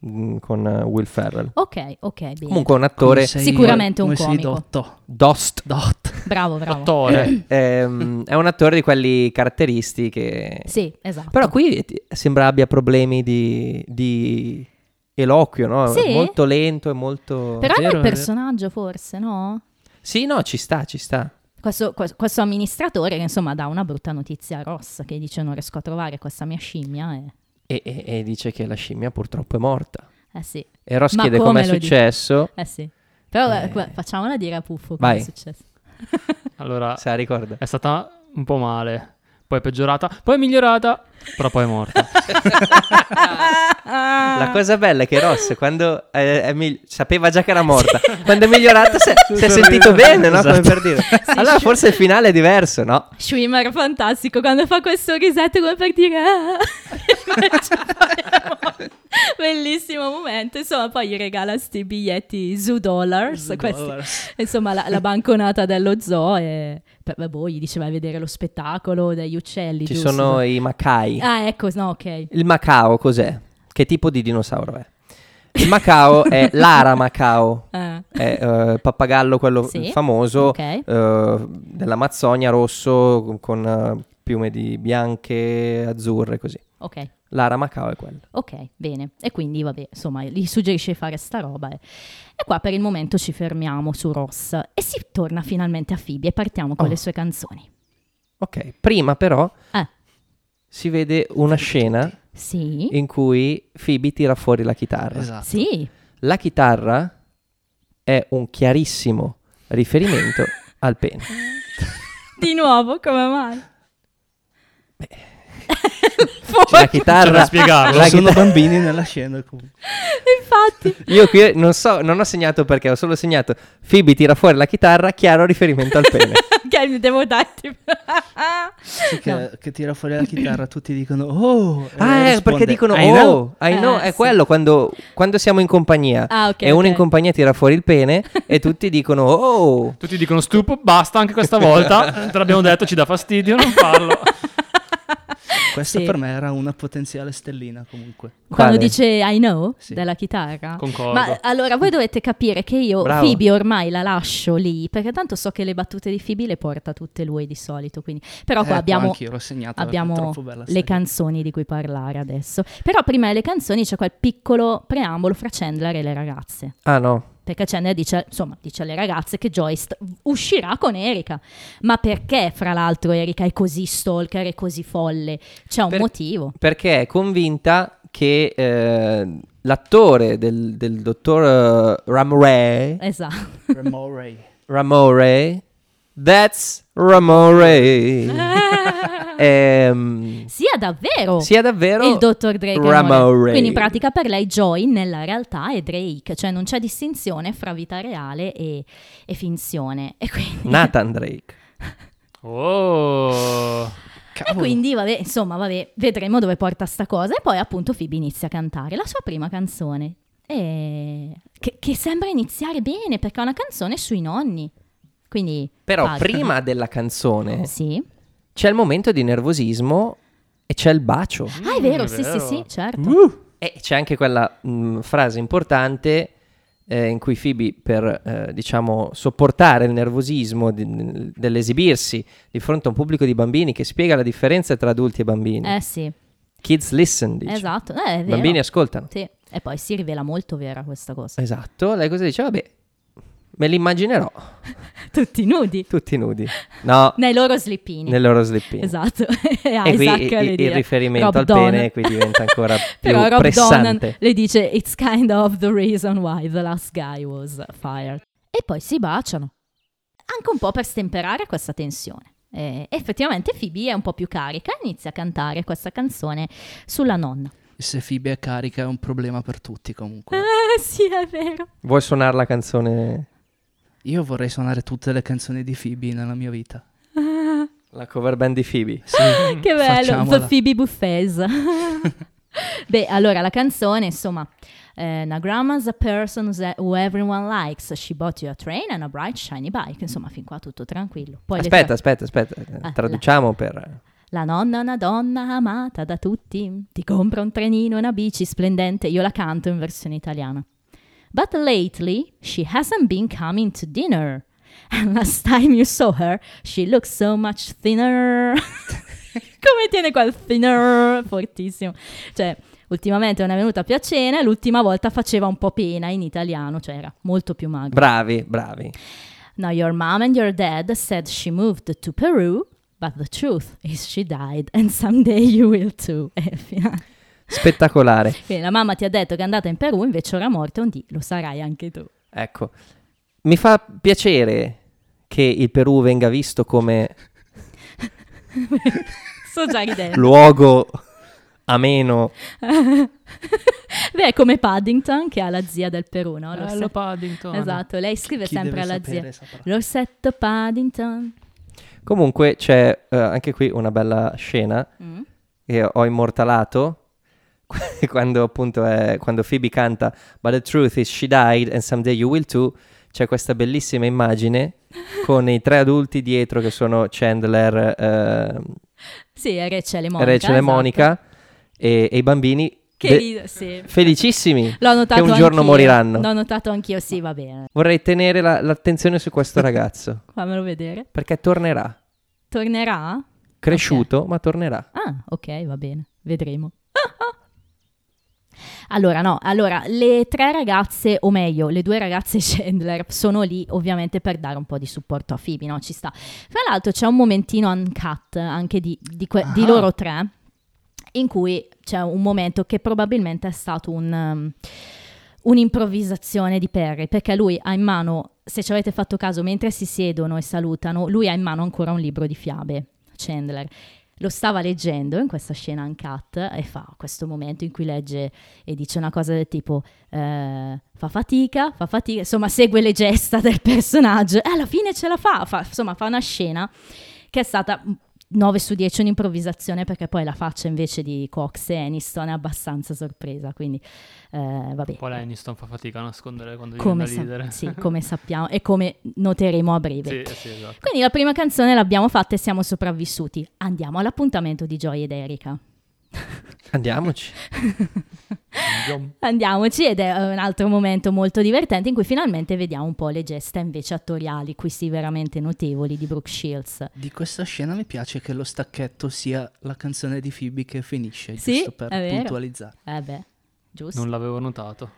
A: mh, con eh, Will Ferrell.
B: Ok, ok, bene.
A: Comunque un attore
B: Sicuramente un
D: come
B: comico.
D: Sei dotto.
A: Dost.
D: Dot.
B: Bravo, bravo.
C: Dottore.
A: Eh, ehm, è un attore di quelli caratteristi che
B: Sì, esatto.
A: Però qui ti- sembra abbia problemi di, di eloquio, no?
B: Sì?
A: È Molto lento e molto...
B: Però
D: Vero,
B: era il
D: vero.
B: personaggio, forse, no?
A: Sì, no, ci sta, ci sta.
B: Questo, que- questo amministratore che insomma dà una brutta notizia a Ross che dice non riesco a trovare questa mia scimmia. E...
A: E, e- e dice che la scimmia purtroppo è morta.
B: Eh sì,
A: E Ross
B: Ma
A: chiede
B: come
A: com'è
B: lo dici?
A: successo.
B: eh sì. Però eh,
A: Eh.
B: qua- facciamola dire a Puffo cosa
A: Vai.
B: è successo. Ah.
C: Allora,
A: Se la ricorda.
C: è stata un po' male, poi è peggiorata, poi è migliorata, però poi è morta.
B: Ah.
A: La cosa bella è che Ross, quando eh, è- è migli- sapeva già che era morta, quando è migliorata si è- si è sentito bene, no? Come
B: Esatto.
A: per dire. Allora forse il finale è diverso, no?
B: Schwimmer fantastico quando fa questo risetto come per dire "Ah". Invece poi- bellissimo momento insomma poi gli regala sti biglietti zoo dollars, questi-
D: Dollars.
B: insomma la, la banconata dello zoo e beh, boh, gli diceva a vedere lo spettacolo degli uccelli
A: Ci
B: giusto?
A: sono i Macai.
B: ah ecco no ok
A: Il Macao cos'è? Che tipo di dinosauro è? Il Macao è l'ara Macao,
B: Ah,
A: è eh, il pappagallo quello
B: Sì,
A: famoso
B: ok.
A: eh, dell'Amazzonia rosso con, con, eh, piume di bianche, azzurre così.
B: ok
A: L'ara Macao è quello.
B: Ok, bene. E quindi, vabbè, insomma, gli suggerisce di fare sta roba. E, e qua per il momento ci fermiamo su Ross e si torna finalmente a Phoebe e partiamo con
A: Oh.
B: le sue canzoni.
A: Ok, prima però
B: Eh.
A: si vede una scena
B: Sì.
A: in cui Phoebe tira fuori la chitarra.
D: Esatto.
B: Sì,
A: La chitarra è un chiarissimo riferimento al
B: Cioè,
A: pene.
B: di nuovo, come mai?
A: C'è la
B: fuori.
A: chitarra.
C: C'è da spiegarlo.
A: La
D: sono
A: chitarra-
D: bambini nella scena comunque.
B: Infatti,
A: Io qui non so, non ho segnato perché, ho solo segnato Phoebe tira fuori la chitarra, chiaro riferimento al pene.
B: ok, mi devo darti.
D: Sì, che, che tira fuori la chitarra, tutti dicono oh. e
A: ah,
D: lei
A: eh,
D: risponde,
A: perché dicono
D: "I know".
A: oh, I know,
B: Eh,
A: è
B: sì.
A: quello quando, quando siamo in compagnia
B: Ah, ok,
A: e uno in
B: ok.
A: compagnia tira fuori il pene e tutti dicono oh.
C: Tutti dicono stupo, basta anche questa volta. Te l'abbiamo detto, ci dà fastidio, non farlo.
D: Questa
B: Sì.
D: per me era una potenziale stellina comunque.
B: Quando
A: Quale?
B: dice I know
D: Sì.
B: della chitarra.
C: Concordo.
B: Ma allora voi dovete capire che io
A: Bravo.
B: Phoebe ormai la lascio lì perché tanto so che le battute di Phoebe le porta tutte lui di solito, quindi però qua
D: Eh,
B: abbiamo
D: anch'io l'ho segnata, perché è
B: abbiamo
D: troppo bella
B: le
D: stellina.
B: canzoni di cui parlare adesso. Però prima delle canzoni c'è quel piccolo preambolo fra Chandler e le ragazze.
A: Ah no.
B: Perché Chandler dice, insomma, dice alle ragazze che Joyce st- uscirà con Erika. Ma perché, fra l'altro, Erika è così stalker e così folle? C'è un
A: Per-
B: motivo.
A: Perché è convinta che eh, l'attore del, del dottor eh, Ramore,
B: Esatto.
D: Remore.
B: Ah,
A: Ramore, that's Ramore,
D: Eh.
A: ehm,
B: Sia davvero
A: sia davvero
B: Oh. il dottor Drake. è amore.
A: Ramore.
B: Quindi in pratica per lei Joy nella realtà è Drake, cioè non c'è distinzione fra vita reale e, e finzione. E quindi,
A: Nathan Drake.
C: Oh.
B: Ah, e quindi, vabbè, insomma, vabbè, vedremo dove porta sta cosa. E poi appunto Phoebe inizia a cantare la sua prima canzone. E- Che, che sembra iniziare bene perché è una canzone sui nonni. Quindi,
A: Però
B: partono.
A: prima della canzone
B: Oh, Sì.
C: Mm,
A: c'è il momento di nervosismo e c'è il bacio.
B: Ah, è vero,
C: Mm, è
B: sì, sì,
C: vero.
B: sì, certo.
A: Uh, E c'è anche quella mh, frase importante eh, in cui Phoebe, per eh, diciamo, sopportare il nervosismo di- dell'esibirsi di fronte a un pubblico di bambini che spiega la differenza tra adulti e bambini.
B: Eh sì,
A: Kids listen, dice.
B: esatto. Eh, è
A: I
B: vero.
A: bambini ascoltano.
B: Sì. E poi si rivela molto vera questa cosa.
A: Esatto, lei cosa dice? Vabbè, me li immaginerò
B: Tutti nudi.
A: tutti nudi. No,
B: Nei loro slippini.
A: nel loro slippini.
B: Esatto, e
A: E qui
B: Isaac
A: i-
B: le
A: il
B: dice-
A: riferimento
B: Rob
A: al
B: Donen.
A: pene qui diventa ancora più
B: Però Rob
A: pressante.
B: Donen le dice It's kind of the reason why the last guy was fired. E poi si baciano. Anche un po' per stemperare questa tensione. Eh, effettivamente Phoebe è un po' più carica e inizia a cantare questa canzone sulla nonna.
D: Se Phoebe è carica è un problema per tutti comunque.
B: Ah, sì, è vero.
A: Vuoi suonare la canzone,
D: Io vorrei suonare tutte le canzoni di Phoebe nella mia vita.
B: Ah.
A: la cover band di Phoebe?
D: Sì.
B: Che bello,
D: Facciamola.
B: The Phoebe Buffes. Beh, allora la canzone, insomma, eh, Now grandma's a person who's- who everyone likes. She bought you a train and a bright shiny bike. Insomma, fin qua tutto tranquillo. Poi le
A: Aspetta,
B: tra- Ah,
A: aspetta, aspetta,
B: la-
A: traduciamo per...
B: La nonna è una donna amata da tutti. Ti compra un trenino e una bici splendente. Io la canto in versione italiana. But lately she hasn't been coming to dinner. And last time you saw her, she looks so much thinner. Come tiene quel thinner fortissimo. Cioè, ultimamente non è venuta più a cena e l'ultima volta faceva un po' pena in italiano, cioè era molto più magra.
A: Bravi, bravi.
B: Now, your mom and your dad said she moved to Peru, but the truth is she died, and someday you will too. Eh, fino a-
A: Spettacolare.
B: Quindi la mamma ti ha detto che è andata in Peru, invece ora morta un dì, lo sarai anche tu.
A: Ecco, mi fa piacere che il Perù venga visto come
B: Sto già ridendo.
A: luogo ameno.
B: Beh, è come Paddington che ha la zia del Peru, no? Eh,
A: Ah,
B: Lo
C: Bello
B: sa-
C: Paddington.
B: esatto, lei scrive
D: Chi
B: sempre
D: deve
B: alla
D: sapere,
B: zia.
D: saprà.
B: L'orsetto Paddington.
A: Comunque c'è eh, anche qui una bella scena
B: Mm.
A: che ho immortalato quando appunto è, quando Phoebe canta But the truth is she died and someday you will too c'è questa bellissima immagine con i tre adulti dietro che sono Chandler, eh,
B: Sì, è Rachel e Monica.
A: Rachel e
B: esatto.
A: Monica e, e i bambini
B: Che
A: de-
B: ride- sì.
A: felicissimi
B: L'ho notato
A: un giorno
B: anch'io.
A: moriranno.
B: L'ho notato anch'io, sì, va bene.
A: Vorrei tenere la- l'attenzione su questo ragazzo,
B: Fammelo vedere.
A: perché tornerà.
B: Tornerà?
A: Cresciuto, ma tornerà.
B: Ah, ok, va bene, vedremo. Allora, no, allora, le tre ragazze, o meglio, le due ragazze Chandler, sono lì ovviamente per dare un po' di supporto a Phoebe, no? Ci sta. Tra l'altro c'è un momentino uncut anche di, di que- di
D: Ah.
B: loro tre, in cui c'è un momento che probabilmente è stato un, um, un'improvvisazione di Perry, perché lui ha in mano, se ci avete fatto caso, mentre si siedono e salutano, lui ha in mano ancora un libro di fiabe, Chandler. lo stava leggendo in questa scena uncut e fa questo momento in cui legge e dice una cosa del tipo eh, fa fatica, fa fatica, insomma segue le gesta del personaggio e alla fine ce la fa, fa- insomma fa una scena che è stata 9 su 10 un'improvvisazione perché poi la faccia invece di Cox e Aniston è abbastanza sorpresa, quindi eh, vabbè.
C: Poi l'Aniston fa fatica a nascondere quando
B: Come,
C: diventa
B: sa-
C: leader.
B: sì, come sappiamo e come noteremo a breve.
C: sì, sì, esatto.
B: Quindi la prima canzone l'abbiamo fatta e siamo sopravvissuti. Andiamo all'appuntamento di Joy ed Erika.
A: Andiamoci.
B: Andiamoci ed è un altro momento molto divertente in cui finalmente vediamo un po' le gesta invece attoriali, questi veramente notevoli di Brooke Shields.
D: Di questa scena mi piace che lo stacchetto sia la canzone di Phoebe che finisce,
B: Sì,
D: giusto per
B: è vero.
D: puntualizzare.
B: Eh beh, giusto.
C: Non l'avevo notato.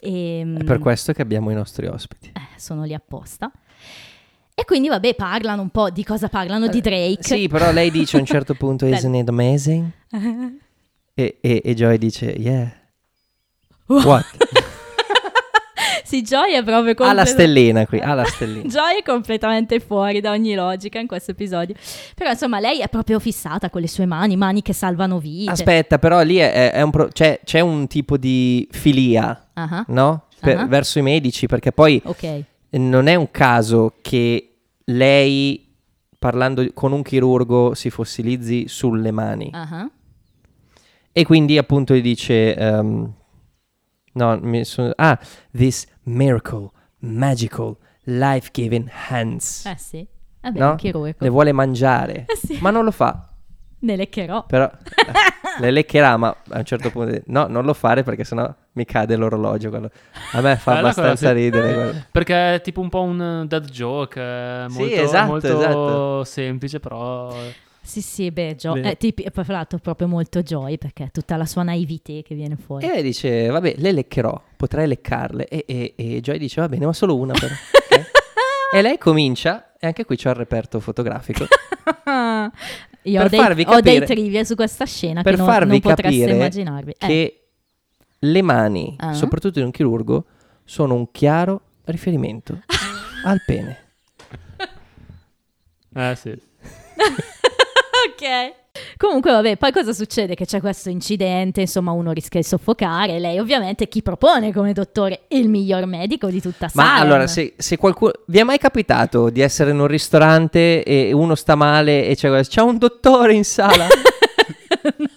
B: Ehm,
A: È per questo che abbiamo i nostri ospiti.
B: eh, sono lì apposta. E quindi vabbè, parlano un po' di cosa parlano di
A: Eh,
B: Drake.
A: Sì, però lei dice a un certo punto
B: Bello.
A: Isn't it amazing? E, e- e Joy dice Yeah.
B: Wow.
A: What?
B: sì, Joy è proprio
A: Ha "Ah, la
B: completa-
A: stellina qui, ha la stellina.
B: Joy è completamente fuori da ogni logica in questo episodio. Però insomma, lei è proprio fissata con le sue mani, mani che salvano vite.
A: Aspetta, però lì è, è- è un pro- c'è, c'è un tipo di filia,
B: Ah,
A: no? Per-
B: Ah.
A: Verso i medici, perché poi
B: Ok.
A: non è un caso che lei, parlando con un chirurgo, si fossilizzi sulle mani.
B: Ah.
A: E quindi appunto gli dice... ehm, no, mi sono... Ah, this miracle, magical, life-giving hands.
B: Eh sì. Vabbè,
A: No?
B: un chirurgo.
A: Le vuole mangiare,
B: Eh sì.
A: ma non lo fa.
B: Ne leccherò.
A: Però le leccherà, ma a un certo punto no, non lo fare perché sennò mi cade l'orologio. quello. A me fa
C: Bella quella,
A: abbastanza
C: sì.
A: ridere. quello.
C: Perché è tipo un po' un dead joke, è
A: Sì,
C: molto,
A: esatto,
C: molto
A: esatto.
C: semplice, però... eh,
B: Sì, sì, beh, Joy.
C: Beh.
B: Eh, tipi- e poi, fra l'altro proprio molto Joy perché è tutta la sua naivete che viene fuori.
A: E lei dice, vabbè, le leccherò, potrei leccarle. E, e- e Joy dice, va bene, ma solo una però. Ok? e lei comincia, e anche qui c'ho il reperto fotografico,
B: Io
A: Per
B: ho dei,
A: farvi
B: ho dei
A: capire-
B: trivia su questa scena
A: per
B: che non,
A: farvi
B: non potreste
A: capire
B: immaginarvi. Eh,
A: che le mani,
B: Ah.
A: soprattutto di un chirurgo, sono un chiaro riferimento al pene.
C: Eh sì.
B: ok. Comunque, vabbè, poi cosa succede? Che c'è questo incidente, insomma, uno rischia di soffocare. Lei, ovviamente, chi propone come dottore il miglior medico di tutta
A: Ma
B: Salem.
A: allora, se, se qualcuno... Vi è mai capitato di essere in un ristorante e uno sta male e c'è, questo, c'è un dottore in sala?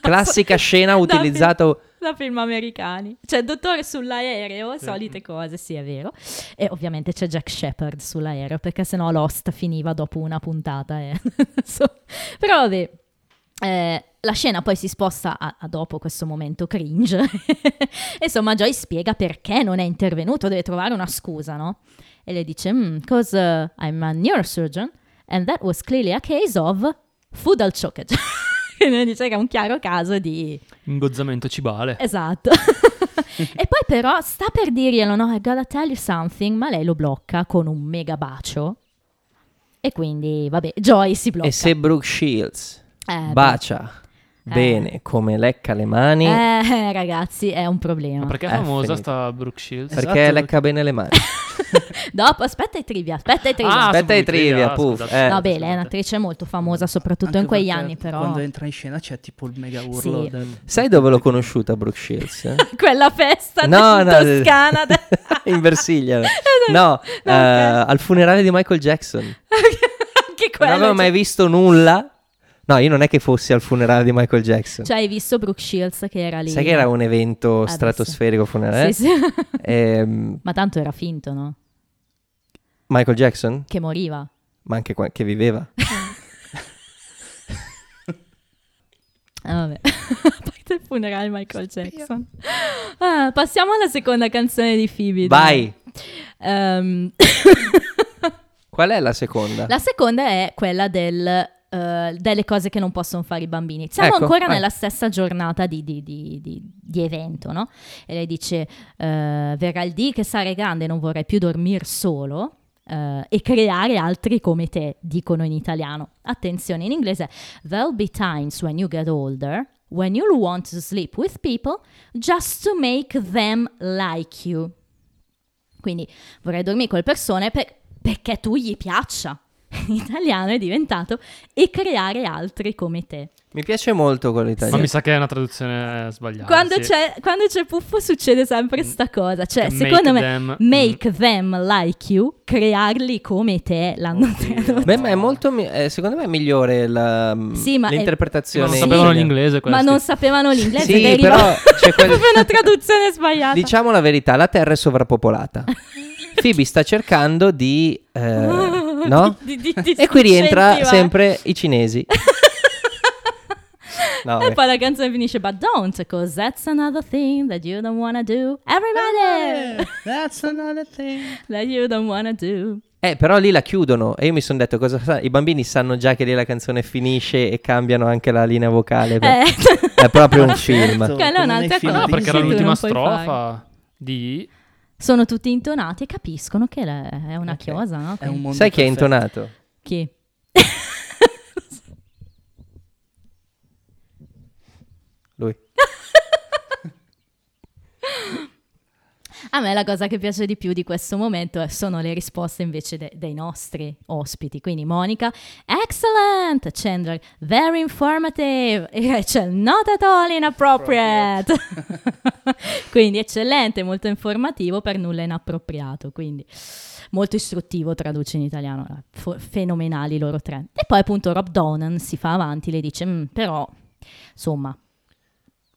A: Classica scena
B: No,
A: utilizzata...
B: Da film americani. Cioè, dottore sull'aereo, solite cose, sì, è vero. E ovviamente c'è Jack Shepard sull'aereo, perché sennò Lost finiva dopo una puntata. e- so. Però vabbè. eh, la scena poi si sposta a, a dopo questo momento cringe. E, Insomma, Joy spiega perché non è intervenuto, deve trovare una scusa, no? E le dice: Because I'm a neurosurgeon, and that was clearly a case of foodal shockage. Quindi dice che è un chiaro caso di
C: Ingozzamento cibale.
B: Esatto. e poi però sta per dirglielo, no, I gotta tell you something, ma lei lo blocca con un mega bacio. E quindi, vabbè, Joy si blocca.
A: E se Brooke Shields
B: Eh, beh.
A: bacia
B: Eh.
A: bene come lecca le mani,
B: Eh, ragazzi, è un
C: Ma
B: problema.
C: perché è
A: Eh,
C: famosa
A: finito.
C: sta Brooke Shields?
A: perché
D: esatto.
A: lecca bene le mani?
B: Dopo, aspetta i trivia, aspetta i trivia.
C: Ah,
A: Aspetta
C: sono
A: i trivia,
C: trivia,
A: puff.
C: scusate.
A: eh.
B: no, beh, lei è
C: scusate.
B: un'attrice molto famosa, soprattutto in
D: Anche
B: quegli
D: perché
B: anni, però.
D: Quando entra in scena c'è tipo il mega urlo.
B: Sì.
D: del-
A: Sai dove l'ho conosciuta Brooke Shields? eh?
B: Quella festa
A: No,
B: in
A: no,
B: Toscana.
A: in Versilia. No, eh, al funerale di Michael Jackson.
B: Anche
A: Non
B: quella. cioè,
A: avevo mai visto nulla. No, io non è che fossi al funerale di Michael Jackson.
B: Cioè, hai visto Brooke Shields che era lì?
A: Sai che era eh? un evento
B: beh,
A: stratosferico funerale?
B: Sì, sì.
A: Ehm,
B: Ma tanto era finto, no?
A: Michael Jackson,
B: Che moriva.
A: ma anche qua, che viveva.
B: Ah, vabbè. A parte il funerale di Michael Jackson. Ah, passiamo alla seconda canzone di Phoebe. dai.
A: Vai,
B: Ehm,
A: qual è la seconda?
B: la seconda è quella del, eh, delle cose che non possono fare i bambini. Siamo
A: Ecco,
B: ancora
A: vai.
B: nella stessa giornata di, di- di- di- di evento, no? E lei dice, eh, verrà il dì che sarai grande e non vorrai più dormire solo. eh, e creare altri come te, dicono in italiano. Attenzione, in inglese è There'll be times when you get older when you'll want to sleep with people just to make them like you. Quindi vorrei dormire con le persone per- perché tu gli piaccia. in italiano è diventato e creare altri come te.
A: Mi piace molto quello
C: Ma
A: italiano.
C: mi sa che è una traduzione sbagliata.
B: Quando,
C: sì.
B: c'è, quando c'è Puffo succede sempre
A: Mm.
B: sta cosa, cioè
C: Che
B: secondo me
C: make them-
B: make them like you, crearli come te l'hanno tradotto.
A: Beh, ma è molto. mi- eh, secondo me è migliore la, mm,
B: Sì, ma è-
C: Ma
A: l'interpretazione.
C: non
B: Sì.
C: sapevano
A: in inglese.
C: l'inglese
B: Ma
C: questi.
B: non sapevano l'inglese,
A: Sì,
B: deriva-
A: però c'è quel-
B: proprio una traduzione sbagliata.
A: Diciamo la verità: la Terra è sovrappopolata. Phoebe sta cercando di. eh, no?
B: Di- di- di-
A: e qui rientra
B: incentivare.
A: sempre i cinesi. No, eh,
B: e
A: vabbè.
B: poi la canzone finisce But don't, cause that's another thing that you don't wanna do Everybody,
D: That's another thing.
B: that you don't wanna do
A: Eh, però lì la chiudono e io mi sono detto cosa sa- i bambini sanno già che lì la canzone finisce e cambiano anche la linea vocale. per-
B: Eh.
A: È proprio un film.
B: Quella è
D: Certo, Come nei
B: un'altra
D: film
B: cosa.
C: No,
D: di-
C: perché era
B: Sì, tu
C: l'ultima
B: non puoi
C: strofa di...
B: Sono tutti intonati e capiscono che la- è una
A: Ok.
B: chiosa, no?
D: È un mondo
A: Sai chi ha
D: perfetto.
A: intonato?
B: Chi?
A: Lui.
B: A me la cosa che piace di più di questo momento eh, sono le risposte invece de- dei nostri ospiti. Quindi Monica, excellent! Chandler, very informative! E Rachel, not at all inappropriate! quindi eccellente, molto informativo, per nulla inappropriato. Quindi molto istruttivo, traduce in italiano. eh, Fo- fenomenali i loro tre. E poi appunto Rob Donan si fa avanti, le dice, "Mm, però, insomma,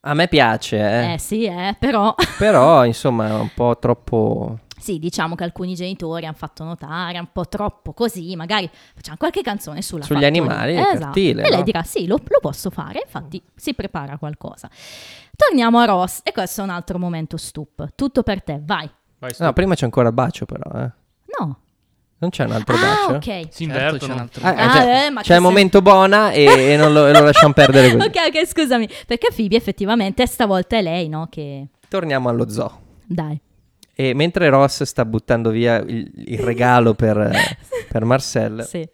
A: A me piace, eh.
B: eh sì, eh, però...
A: Però, insomma, è un po' troppo.
B: Sì, diciamo che alcuni genitori hanno fatto notare un po' troppo così, magari facciamo qualche canzone sulla
A: Sugli
B: fattoria. Esatto.
A: animali, il cortile,
B: E lei
A: no?
B: dirà sì, lo, lo posso fare, infatti si prepara qualcosa. Torniamo a Ross e questo è un altro momento stup. Tutto per te, vai.
C: Vai,
A: No, prima c'è ancora il bacio, però, eh.
B: No.
A: Non c'è un altro bacio?
B: Ah, ok.
C: si
D: Certo, c'è
C: invertono.
D: un altro.
A: Ah,
B: Ah,
A: cioè,
B: eh, ma
A: c'è
B: che
A: il
B: se-
A: momento buona e, e non lo, e lo lasciamo perdere così.
B: ok, ok, scusami, perché Phoebe effettivamente stavolta è lei, no, che
A: Torniamo allo zoo.
B: dai.
A: E mentre Ross sta buttando via il, il regalo per, eh, per Marcel,
B: Sì.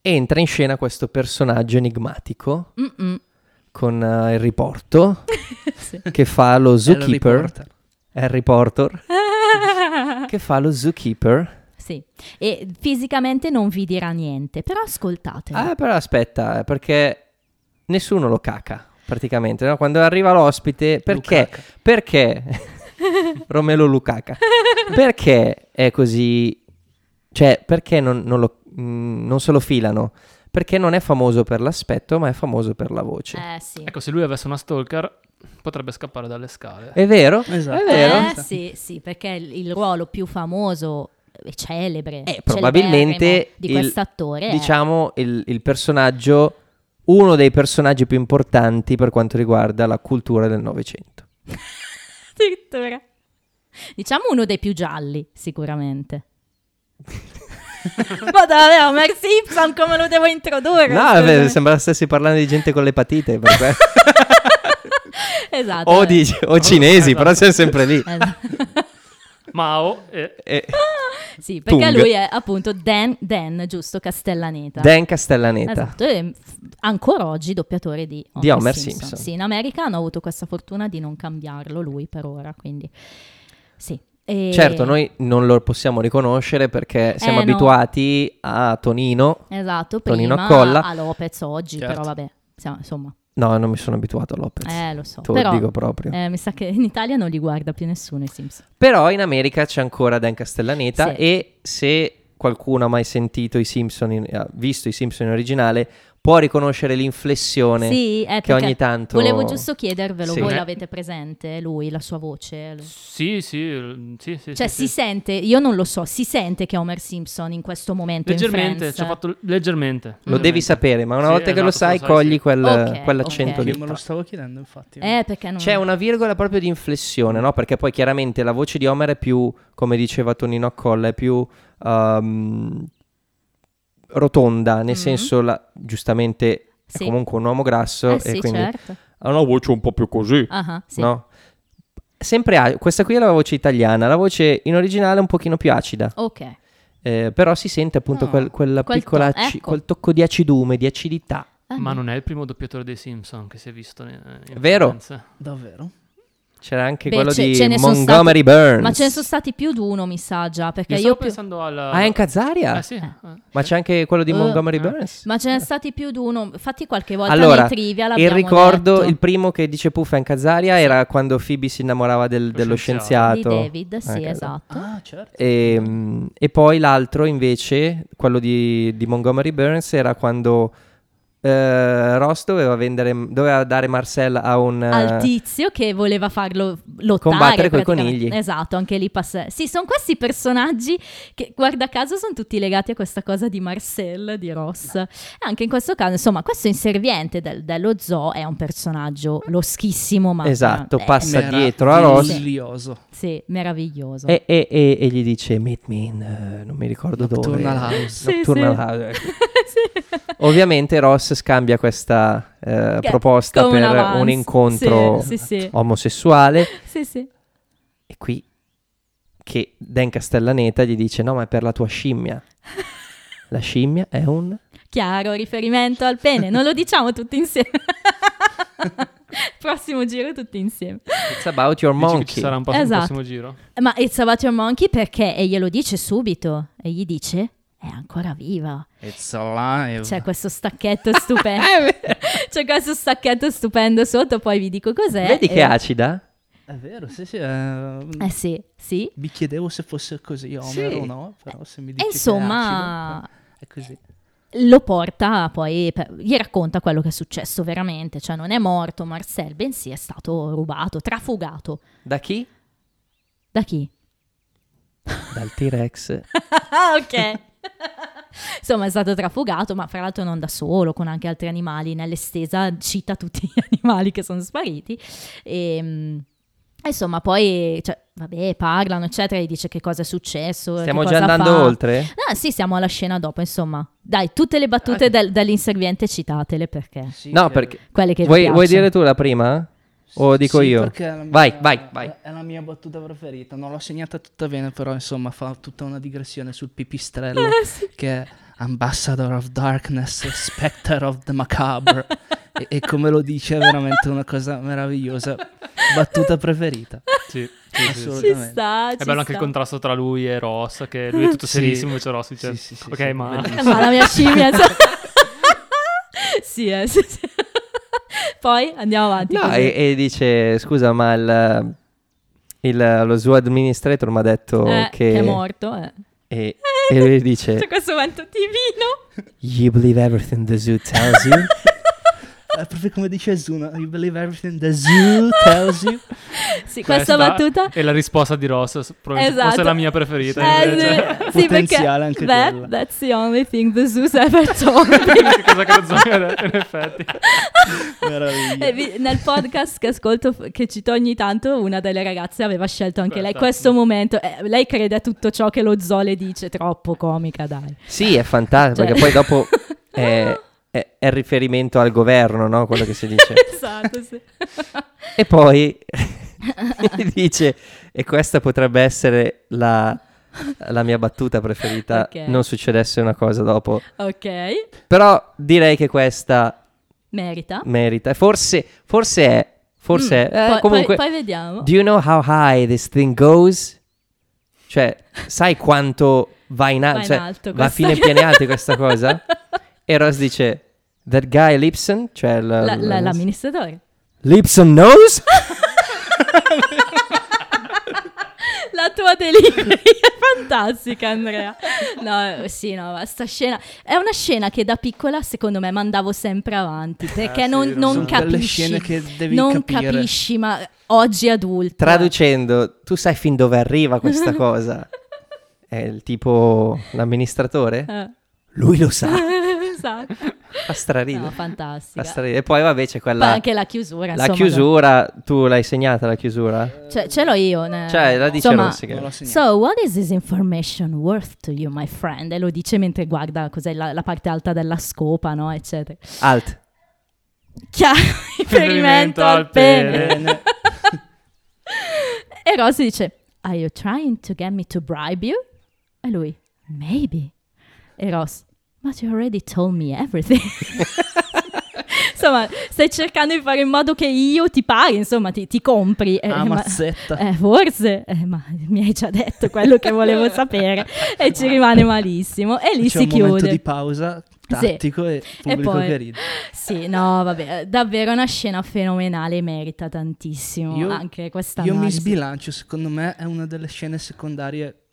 A: entra in scena questo personaggio enigmatico
B: Mm-mm.
A: con eh, il riporto
B: Sì.
A: che fa lo
D: Harry
A: zookeeper.
D: Potter.
A: Harry Potter. che fa lo zookeeper.
B: Sì. E fisicamente non vi dirà niente, però ascoltate.
A: Ah, però aspetta, eh, perché nessuno lo caca praticamente. no? Quando arriva l'ospite, perché?
D: Lukaku.
A: Perché Romelo Lucaca? perché è così? Cioè, perché non, non lo- mh, non se lo filano? Perché non è famoso per l'aspetto, ma è famoso per la voce.
B: Eh sì.
C: Ecco, se lui avesse una stalker potrebbe scappare dalle scale.
A: È vero?
D: Esatto.
A: È vero?
B: Eh, sì, sì, perché il il ruolo più famoso e celebre
A: Eh,
B: celeberrimo
A: probabilmente
B: di eh.
A: il-
B: quest'attore
A: Diciamo il, il personaggio, uno dei personaggi più importanti per quanto riguarda la cultura del Novecento.
B: è addirittura diciamo uno dei più gialli sicuramente Madonna, oh, Max Simpson come lo devo introdurre?
A: No,
B: Scusami.
A: beh, sembra stessi parlando di gente con l'epatite. per que-
B: esatto.
A: o, di- o cinesi,
C: Esatto.
A: però siamo sempre lì. Eh,
B: Esatto.
C: Mao eh, e...
B: Eh.
A: E-
B: Sì, perché
A: Tung.
B: lui è appunto Dan, Dan giusto Castellaneta.
A: Dan Castellaneta.
B: Esatto, e f- ancora oggi doppiatore di Homer,
A: Di Homer
B: Simpson.
A: Simpson.
B: Sì, in America hanno avuto questa fortuna di non cambiarlo lui per ora, quindi sì. E- Eh,
A: Certo, noi non lo possiamo riconoscere perché siamo
B: no.
A: abituati a Tonino.
B: Esatto,
A: Tonino
B: prima
A: Accolla.
B: a Lopez oggi,
D: Certo.
B: però vabbè, siamo- insomma,
A: No, non mi sono abituato a Lopez.
B: eh, lo so,
A: Te
B: però
A: lo dico proprio.
B: eh, mi sa che in Italia non li guarda più nessuno i Simpson.
A: Però in America c'è ancora Dan Castellaneta
B: Sì.
A: e se qualcuno ha mai sentito i Simpson, in- ha visto i Simpson in originale, può riconoscere l'inflessione
B: Sì, eh,
A: che
B: perché
A: ogni tanto...
B: Volevo giusto chiedervelo,
A: Sì.
B: voi
C: Eh.
B: l'avete presente lui, la sua voce? Lui-
C: Sì, sì, sì, sì.
B: Cioè
C: sì,
B: si
C: sì.
B: sente, io non lo so, si sente che è Homer Simpson in questo momento in
C: Leggermente,
B: Friends?
C: ci ho fatto leggermente.
A: Lo devi sapere, ma una
C: Sì,
A: volta che lo
C: esatto,
A: sai,
C: lo sai,
A: cogli
C: sì.
A: quel-
B: Ok,
A: quell'accento
B: ok.
A: lì.
D: Io me lo stavo chiedendo, infatti.
B: Eh, perché non...
A: C'è una virgola proprio di inflessione, no? Perché poi chiaramente la voce di Homer è più, come diceva Tonino Accolla, è più ehm, rotonda, nel
B: Mhm.
A: senso, la- giustamente
B: Sì.
A: è comunque un uomo grasso
B: Eh
A: e
B: sì,
A: quindi
B: certo.
A: ha una voce un po' più così,
B: Ah, sì.
A: no? Sempre a- questa qui è la voce italiana, la voce in originale è un pochino più acida,
B: Ok.
A: eh, però si sente appunto
D: Ah,
A: quel- quella
B: quel
A: piccola,
B: to-
A: aci-
B: ecco.
A: quel tocco di acidume, di acidità.
B: Ah,
C: Ma non è il primo doppiatore dei Simpson che si è visto in, in
B: Cioè,
A: Vero.
C: Friends.
D: Davvero?
A: C'era anche
B: Beh,
A: quello
B: ce-
A: di
B: ce ne son
A: Montgomery Burns.
B: Ma ce ne sono stati più di uno, mi sa già, perché
C: Io
B: io,
C: stavo
B: più-
C: pensando al...
A: Ah, è in Khazaria?
C: Eh sì.
B: Eh.
C: eh.
A: Ma c'è anche quello di
B: Eh.
A: Montgomery
C: Eh.
A: Burns?
B: Ma ce ne sono stati più di uno, infatti qualche volta
A: Allora,
B: nei trivia
A: il
B: l'abbiamo
A: ricordo,
B: detto.
A: il primo che dice Puffa in Khazaria era quando Phoebe si innamorava del- dello
C: scienziato.
A: scienziato.
B: Di David, sì,
A: Ah, ok.
B: esatto.
D: Ah, certo.
A: E, mm, e poi l'altro invece, quello di, di Montgomery Burns, era quando eh, Ross doveva, vendere, doveva dare Marcel a un... eh,
B: Al tizio che voleva farlo lottare.
A: Combattere coi
B: praticamente.
A: conigli.
B: Esatto, anche lì passa. Sì, sono questi personaggi che, guarda caso, sono tutti legati a questa cosa di Marcel, di Ross. E anche in questo caso, insomma, questo inserviente del- dello zoo è un personaggio loschissimo, ma...
A: Esatto,
B: eh,
A: passa- dietro a Ross.
D: Meraviglioso.
B: Sì, meraviglioso.
A: e, e- e- e gli dice Meet me in... eh, non mi ricordo
D: Nocturnal
A: dove.
D: House.
B: Sì,
A: Nocturnal
B: sì.
A: House, ecco.
B: Sì.
A: Ovviamente Ross scambia questa eh,
B: Che-
A: proposta
B: con un
A: per
B: avance.
A: un incontro Oh.
B: Sì, sì, sì.
A: omosessuale
B: Sì, sì.
A: e qui che Dan Castellaneta gli dice no ma è per la tua scimmia. La scimmia è un...
B: Chiaro, riferimento al pene, non lo diciamo tutti insieme. Prossimo giro tutti insieme.
A: It's about your
C: Dici che ci
A: monkey.
C: sarà un po' sul
B: Esatto.
C: prossimo giro.
B: Ma It's About Your Monkey perché? E glielo dice subito. E gli dice... È ancora viva.
D: It's alive.
B: C'è questo stacchetto stupendo.
A: Eh,
B: C'è questo stacchetto stupendo sotto, poi vi dico cos'è.
A: Vedi
B: e-
A: che acida?
D: È vero, sì, sì. eh,
B: Eh sì, sì.
D: Mi chiedevo se fosse così Homer
A: Sì.
D: o no, però se mi
B: E
D: dici
B: insomma,
D: che è acido, eh, è così.
B: lo porta poi, per- gli racconta quello che è successo veramente, cioè non è morto Marcel, bensì è stato rubato, trafugato.
A: Da chi?
B: Da chi?
A: Dal T-Rex.
B: Ah, ok. Insomma è stato trafugato, ma fra l'altro non da solo, con anche altri animali. Nell'estesa cita tutti gli animali che sono spariti. E, mm, insomma poi, cioè, vabbè, parlano, eccetera, gli dice che cosa è successo. che
A: Stiamo
B: cosa
A: già andando
B: fa.
A: oltre?
B: Ah, sì, siamo alla scena dopo, insomma. Dai, tutte le
D: Ah,
B: battute del- dell'inserviente citatele perché
D: Sì,
A: No,
D: che-
A: perché...
B: quelle che vi
A: Vuoi, vuoi
B: piacciono.
A: dire tu la prima? O dico
D: sì,
A: io?
D: perché è la mia-
A: Vai, vai, vai.
D: È la mia battuta preferita. Non l'ho segnata tutta bene, però insomma fa tutta una digressione sul pipistrello che è Ambassador of Darkness, Spectre of the Macabre. e, e come lo dice è veramente una cosa meravigliosa. Battuta preferita.
C: Sì, sì,
A: Eh,
C: sì, sì.
D: Assolutamente.
B: Ci sta,
C: È
B: ci
C: bello anche il
B: sta.
C: contrasto tra lui e Ross, che lui è tutto
D: Sì.
C: serissimo, invece Ross dice,
D: Sì, sì, sì,
C: ok,
D: sì,
C: ma...
A: Eh,
D: bellissimo.
B: Ma la mia scimmia. so- sì, eh, sì, sì. Poi andiamo avanti.
A: No,
B: così.
A: e, e dice, scusa, ma il, il- lo zoo administrator mi ha detto
B: Eh,
A: oh, che...
B: è morto. eh.
A: E, e lui dice,
B: C'è questo momento divino.
A: you believe everything the zoo tells you?
D: È proprio come dice Zuna, you believe everything the zoo tells you. Cioè,
B: Sì, questa battuta.
C: E la risposta di Ross, s- probabilmente
B: Esatto.
C: forse è la mia preferita.
B: Eh,
C: invece.
B: sì, sì, perché
D: Potenziale anche
B: that-
D: quella.
B: that's the only thing the Zeus ever told me.
C: Che cosa che lo zoo mi ha detto, in effetti.
D: Meraviglia.
B: E vi- nel podcast che ascolto, che cito ogni tanto, una delle ragazze aveva scelto anche lei
C: Aspetta.
B: questo momento. Eh, lei crede a tutto ciò che lo zoo le dice, troppo comica, dai.
A: sì, è fantastico,
B: Cioè-
A: Eh, perché poi dopo è, è- è il riferimento al governo, no? Quello che si dice.
B: Esatto, sì.
A: E poi gli dice, e questa potrebbe essere la, la mia battuta preferita,
B: Ok.
A: non succedesse una cosa dopo.
B: Ok,
A: Però direi che questa
B: merita.
A: merita. Forse, forse è, Mm, forse
B: Mm,
A: è. Eh,
B: poi,
A: comunque,
B: poi- poi vediamo.
A: do you know how high this thing goes? Cioè, sai quanto va in, al-
B: Va in
A: cioè,
B: alto
A: va a
B: questa-
A: fine piani alti questa cosa? E Ross dice, that guy Lipson, cioè il-
B: La- la-
A: il-
B: l'amministratore.
A: Lipson knows?
B: La tua delivery è fantastica, Andrea. No, eh, sì, no, ma sta scena è una scena che da piccola, secondo me, mandavo sempre avanti perché
C: Eh, sì,
B: non,
C: non
B: non
C: sono
D: quelle
B: capisci.
D: scene che devi
B: non
D: capire.
B: capisci, ma oggi adulto.
A: Traducendo, tu sai fin dove arriva questa cosa? È il tipo l'amministratore?
B: Eh.
A: Lui lo sa.
B: esatto.
A: Fa straridere.
B: No,
A: Fa
B: fantastica.
A: straridere. E poi vabbè c'è
B: Poi
A: quella...
B: anche la chiusura.
A: La
B: insomma,
A: chiusura, tu l'hai segnata la chiusura?
B: che- Cioè, ce l'ho io. ne-
A: Cioè, la dice
B: insomma,
A: Rossi che-
D: Non l'ho segnato.
B: So, what is this information worth to you, my friend? E lo dice mentre guarda cos'è la, la parte alta della scopa, no? Eccetera.
A: Alt.
B: Chiaro riferimento al pene.
D: Bene.
B: E Rossi dice, are you trying to get me to bribe you? E lui, maybe. E Ross, but you already told me everything. insomma, stai cercando di fare in modo che io ti paghi, insomma, ti, ti compri. Eh,
D: Ah,
B: ma-
D: mazzetta.
B: eh, forse, eh, ma mi hai già detto quello che volevo sapere e ci rimane malissimo. E lì si
D: C'è un momento
B: chiude.
D: di pausa tattico e pubblico
B: poi-
D: che ride.
B: Sì, no, vabbè, davvero una scena fenomenale, merita tantissimo
D: Io-
B: anche questa
D: Io mi
B: analisi.
D: sbilancio, secondo me è una delle scene secondarie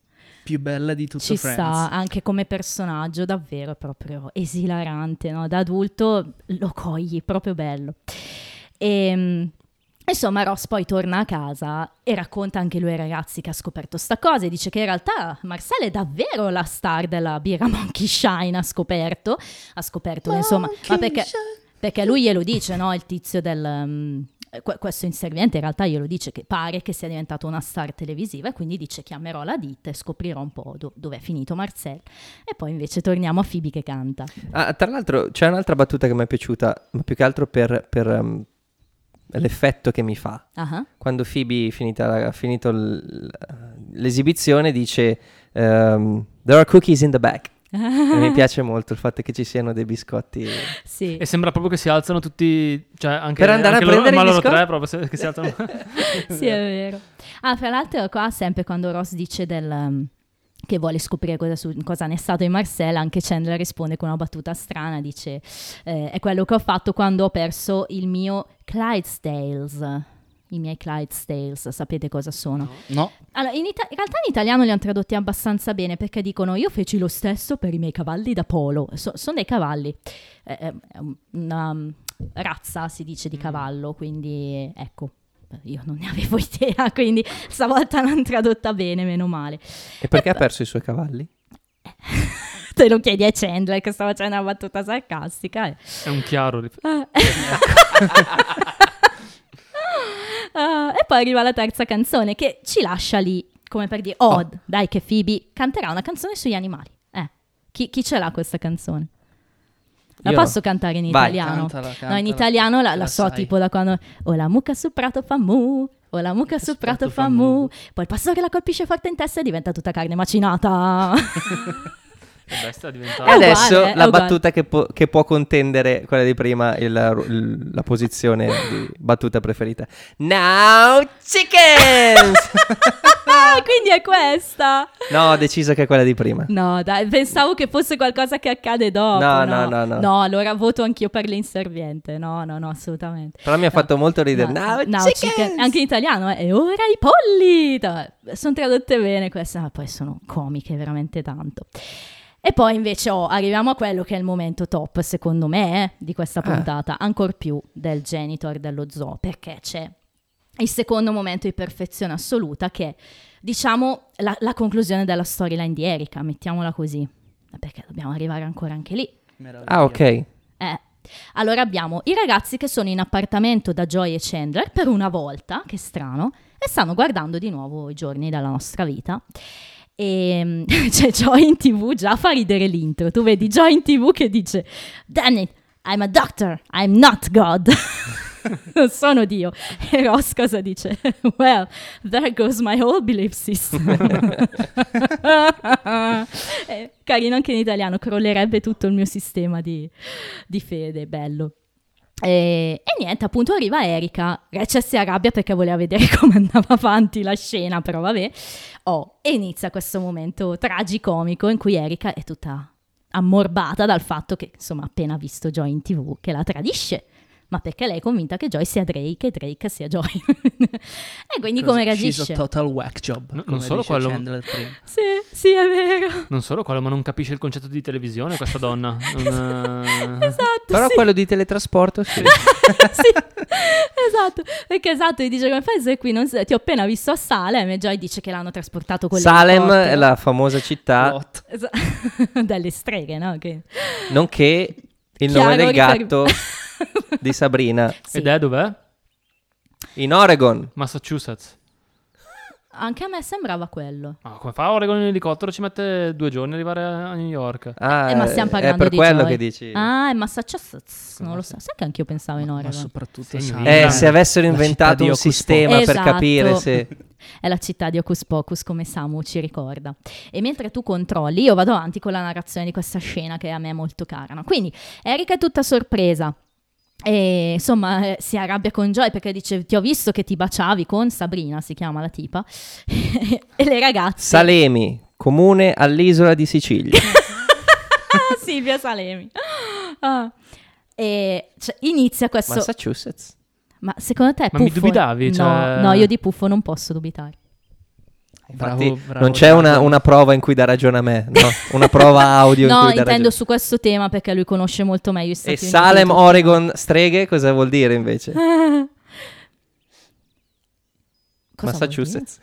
D: più belle di tutto
B: Ci
D: Friends.
B: sta anche come personaggio, davvero è proprio esilarante, no? Da adulto lo cogli, proprio bello. E, insomma, Ross poi torna a casa e racconta anche lui ai ragazzi che ha scoperto sta cosa e dice che in realtà Marcella è davvero la star della birra Monkey Shine, ha scoperto, ha scoperto, insomma, ma perché... Perché lui glielo dice, no? Il tizio del... mm, que- questo inserviente in realtà glielo dice che pare che sia diventato una star televisiva e quindi dice chiamerò la ditta e scoprirò un po' do- dove è finito Marcel. E poi invece torniamo a Phoebe che canta.
A: Ah, tra l'altro c'è un'altra battuta che mi è piaciuta, ma più che altro per, per, ehm, l'effetto che mi fa.
B: Ah, ah.
A: Quando Phoebe finita la- ha finito l- l'esibizione dice ehm, There are cookies in the back. E mi piace molto il fatto che ci siano dei biscotti.
B: Sì.
C: E sembra proprio che si alzano tutti, cioè anche,
A: Per andare a
C: anche
A: prendere
C: loro, ma
A: il
C: loro
A: biscotto?
C: tre proprio se- che si alzano.
B: sì, è vero. Ah, fra l'altro qua sempre quando Ross dice del, um, che vuole scoprire cosa, su- cosa ne è stato di Marcella, anche Chandler risponde con una battuta strana, dice eh, è quello che ho fatto quando ho perso il mio Clydesdales. I miei Clydesdales, sapete cosa sono?
D: No,
B: Allora, in, ita- in realtà in italiano li hanno tradotti abbastanza bene perché dicono io feci lo stesso per i miei cavalli da polo. So- sono dei cavalli, Eh, eh, è un- una mm, razza si dice di cavallo, quindi ecco, io non ne avevo idea, quindi stavolta l'hanno tradotta bene, meno male.
A: E perché ha perso i suoi cavalli?
B: Te lo chiedi a Chandler che sta facendo una battuta sarcastica. eh.
C: È un chiaro. rif-
B: Ah, e poi arriva la terza canzone che ci lascia lì, come per dire, oh, dai che Phoebe canterà una canzone sugli animali. Eh, chi, chi ce l'ha questa canzone? La
A: Io.
B: posso cantare in
A: Vai,
B: italiano?
D: cantala,
B: no,
D: cantala.
B: in italiano la,
D: Te
B: la so
D: sai.
B: tipo da quando... O la mucca sul prato fa mu, o la mucca sul prato fa mu. Poi il pastore la colpisce forte in testa e diventa tutta carne macinata.
C: Che bestia
A: E
B: È
C: diventata.
B: uguale,
A: adesso
B: è
A: la
B: uguale.
A: battuta che, può- che può contendere quella di prima, il- il- la posizione di battuta preferita. Now chickens!
B: Ah, Quindi è questa.
A: no, ho deciso che è quella di prima.
B: No, dai, pensavo che fosse qualcosa che accade dopo.
A: No,
B: No,
A: no, no, no.
B: allora voto anch'io per l'inserviente. No, no, no, assolutamente.
A: Però mi ha fatto molto ridere.
B: No,
A: Now,
B: no,
A: chickens!
B: chicken- Anche in italiano, eh. E ora i polli! Sono tradotte bene queste, ma poi sono comiche veramente tanto. E poi invece oh, arriviamo a quello che è il momento top, secondo me, eh, di questa puntata, ancor più del genitor dello zoo, perché c'è il secondo momento di perfezione assoluta che è, diciamo, la, la conclusione della storyline di Erika, mettiamola così, perché dobbiamo arrivare ancora anche lì.
A: Ah, ok.
B: Eh. Allora abbiamo i ragazzi che sono in appartamento da Joy e Chandler per una volta, che strano, e stanno guardando di nuovo i giorni della nostra vita. E c'è Joy in tv, già fa ridere l'intro. Tu vedi Joy in tv che dice: Damn it, I'm a doctor, I'm not God. Non sono Dio. E Ross cosa dice? Well, there goes my whole belief system. Eh, Carino anche in italiano, crollerebbe tutto il mio sistema di, di fede, bello. E, e niente, appunto arriva Erika, Rachel si arrabbia perché voleva vedere come andava avanti la scena, però vabbè. Oh, e inizia questo momento tragicomico in cui Erika è tutta ammorbata dal fatto che, insomma, ha appena visto Joy in tv, che la tradisce. Ma perché lei è convinta che Joy sia Drake e Drake sia Joy. e quindi come
D: She's
B: reagisce?
D: a total whack job.
C: No, non
D: come
C: solo
D: dice
C: quello-
D: Chandler prima.
B: Sì, sì, è vero.
C: Non solo quello, ma non capisce il concetto di televisione questa donna. Non, eh,
B: esatto.
A: Però
B: sì.
A: quello di teletrasporto sì.
B: sì, esatto. Perché esatto, gli dice come fai se qui non sei- ti ho appena visto a Salem e Joy dice che l'hanno trasportato con
A: Salem
B: l'elicottero.
A: è la famosa città,
D: Lot.
B: Esa- dalle streghe, no? Che...
A: nonché il
B: Chiaro
A: nome del
B: rifer-
A: gatto di Sabrina
B: Sì.
C: Ed è dov'è?
A: in Oregon.
C: Massachusetts.
B: Anche a me sembrava quello.
C: Ah, come fa Oregon in elicottero? Ci mette due giorni ad arrivare a New York.
A: Ah,
B: Eh, ma stiamo
A: è
B: parlando
A: per
B: di
A: quello
B: Joy.
A: che dici.
B: Ah, è Massachusetts, non lo so. Sai che anche io pensavo in
D: Ma
B: Oregon.
C: Sì,
D: soprattutto Salem.
C: Eh,
A: Eh,
C: la-
A: se avessero
D: la città
A: inventato
D: di
A: un
D: Hocus
A: sistema per
B: Esatto.
A: capire se...
B: È la città di Hocus Pocus, come Samu ci ricorda. E mentre tu controlli, io vado avanti con la narrazione di questa scena che a me è molto cara. no? Quindi Erika è tutta sorpresa E insomma eh, si arrabbia con Joy perché dice ti ho visto che ti baciavi con Sabrina, si chiama la tipa, e le ragazze...
A: Salemi, comune all'isola di Sicilia.
B: Ah, Silvia Salemi. Ah. E cioè, inizia questo... Ma,
A: Massachusetts.
B: secondo te...
C: Ma mi
B: Puffo-
C: dubitavi,
B: No,
C: cioè-
B: no, io di Puffo non posso dubitare.
A: Infatti, non c'è una, una prova in cui dà ragione a me, no? Una prova audio in
B: No,
A: cui dà
B: intendo
A: ragione.
B: su questo tema perché lui conosce molto meglio i Stati
A: E
B: Uniti.
A: Salem, oh, Oregon, streghe, cosa vuol dire invece?
B: Cosa vuol
A: Massachusetts.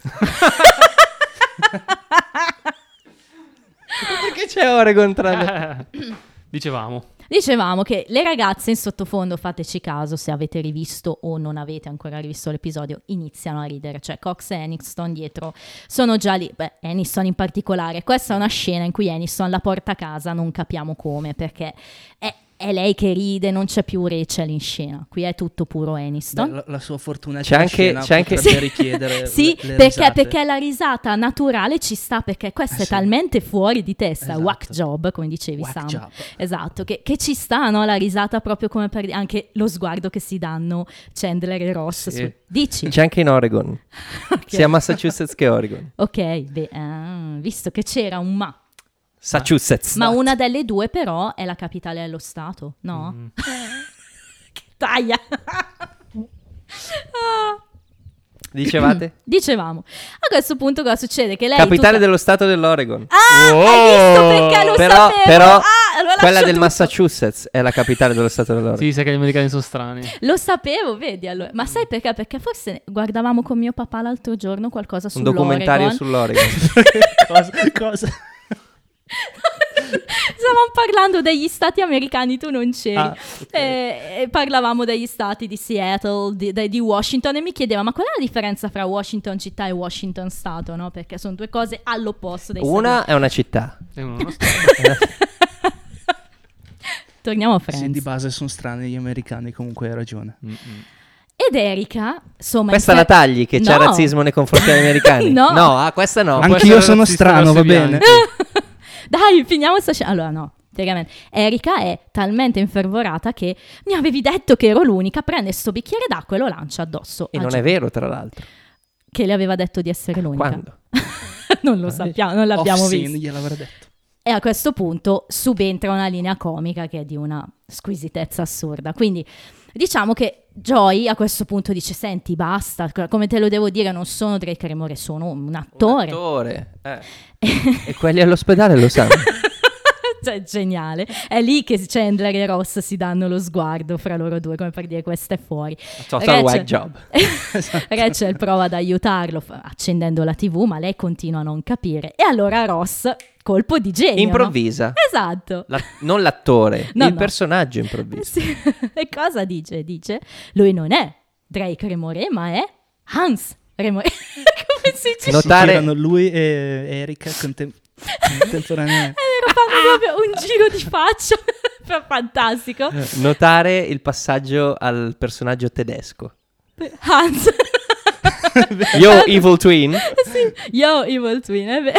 A: Perché c'è Oregon tra le...
C: Dicevamo.
B: dire? Dicevamo che le ragazze in sottofondo, fateci caso se avete rivisto o non avete ancora rivisto l'episodio, iniziano a ridere, cioè Cox e Aniston dietro sono già lì, beh, Aniston in particolare. Questa è una scena in cui Aniston la porta a casa, non capiamo come, perché è, è lei che ride, non c'è più Rachel in scena. Qui è tutto puro Aniston.
D: la, la sua fortuna
A: C'è anche- c'è anche-
D: per
B: Sì.
D: richiedere
B: Sì,
D: le- le
B: perché,
D: risate.
B: perché la risata naturale ci sta, perché questa
D: Eh
B: è
D: sì.
B: talmente fuori di testa,
D: Esatto.
B: whack job, come dicevi
D: Whack
B: Sam.
D: job.
B: Esatto, che, che ci sta no, la risata proprio come per anche lo sguardo che si danno Chandler e Ross.
A: Sì.
B: su- Dici?
D: Cioè,
A: C'è anche in Oregon.
B: Ok.
A: Sia Massachusetts che Oregon.
B: Ok, beh, ah, visto che c'era un ma,
A: Massachusetts.
D: Esatto.
B: ma una delle due però è la capitale dello Stato, no?
C: Mm.
B: Che taglia! Ah,
A: Dicevate?
B: Dicevamo, a questo punto cosa succede? Che lei...
A: Capitale
B: tutta-
A: dello stato dell'Oregon.
B: Ah, hai visto perché lo
A: Oh! però
B: sapevo!
A: però
B: Ah, allora
A: quella
B: lascio
A: del
B: tutto.
A: Massachusetts è la capitale dello stato dell'Oregon.
C: Sì, sai che gli americani sono strani.
B: Lo sapevo, vedi allora. Ma sai perché? Perché forse guardavamo con mio papà l'altro giorno qualcosa
A: Un
B: sull'Oregon.
A: documentario sull'Oregon.
D: cosa, cosa?
B: Stavamo parlando degli stati americani, tu non c'eri.
D: Ah, ok.
B: Eh, e parlavamo degli stati di Seattle, di, dai- di Washington e mi chiedeva ma qual è la differenza fra Washington città e Washington stato, no? Perché sono due cose all'opposto dei
A: Una è una città.
C: E uno-
B: stati. Torniamo a Friends.
D: Sì, di base sono strani gli americani, comunque hai ragione.
C: Mm-mm.
B: Ed Erika, insomma...
A: Questa
B: in-
A: la tagli che c'è
B: No.
A: razzismo nei confronti degli americani.
B: No.
A: ah, questa no.
C: Ma può
D: Anch'io
C: essere
D: sono
C: razzista verso
D: strano, va
C: i
D: bene.
C: bianchi.
B: Dai, finiamo sta scena. Allora, no, seriamente. Erika è talmente infervorata che mi avevi detto che ero l'unica. Prende sto bicchiere d'acqua e lo lancia addosso.
A: E
B: a
A: non
B: Gio-
A: è vero, tra l'altro.
B: Che le aveva detto di essere l'unica.
A: Quando?
B: non lo sappiamo, non l'abbiamo
D: Off-scene
B: visto.
D: gliel'avrà detto.
B: E a questo punto subentra una linea comica che è di una squisitezza assurda. Quindi diciamo che Joy a questo punto dice: Senti, basta, co- come te lo devo dire, non sono Drake Remore, sono un
A: Un
B: attore.
A: attore. eh. e quelli all'ospedale lo sanno.
B: cioè, geniale. È lì che Chandler e Ross si danno lo sguardo fra loro due, come per dire questa è fuori.
A: Total
B: Rachel-
A: white job.
B: Rachel prova ad aiutarlo fa- accendendo la TV, ma lei continua a non capire. E allora Ross, colpo di genio. no?
A: Improvvisa.
B: Esatto.
A: La- non l'attore,
B: No,
A: il
B: no.
A: personaggio
B: Eh
A: improvviso.
B: sì. e cosa dice? Dice, lui non è Drake Remore, ma è Hans Remore. Come si dice?
A: No. Notare-
D: Si tirano lui e Erika contem- contemporaneamente.
B: Era fatto Eh, proprio un giro di faccia. Fantastico.
D: Eh,
A: Notare il passaggio al personaggio tedesco.
B: Hans.
A: Yo, Evil Twin.
B: Yo, Evil Twin, è vero.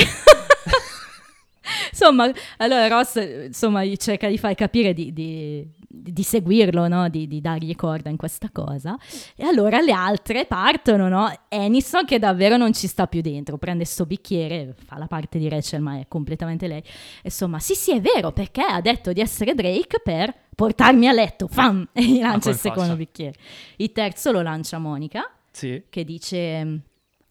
B: insomma, allora Ross insomma, gli cerca di far capire di, di- di seguirlo, no? di, di dargli corda in questa cosa. E allora le altre partono, no? Aniston che davvero non ci sta più dentro, prende sto bicchiere, fa la parte di Rachel ma è completamente lei. Insomma, sì sì è vero perché ha detto di essere Drake per portarmi a letto, fam! E gli lancia
C: come
B: il secondo
C: faccia?
B: bicchiere. Il terzo lo lancia Monica
C: Sì.
B: che dice "Ehm,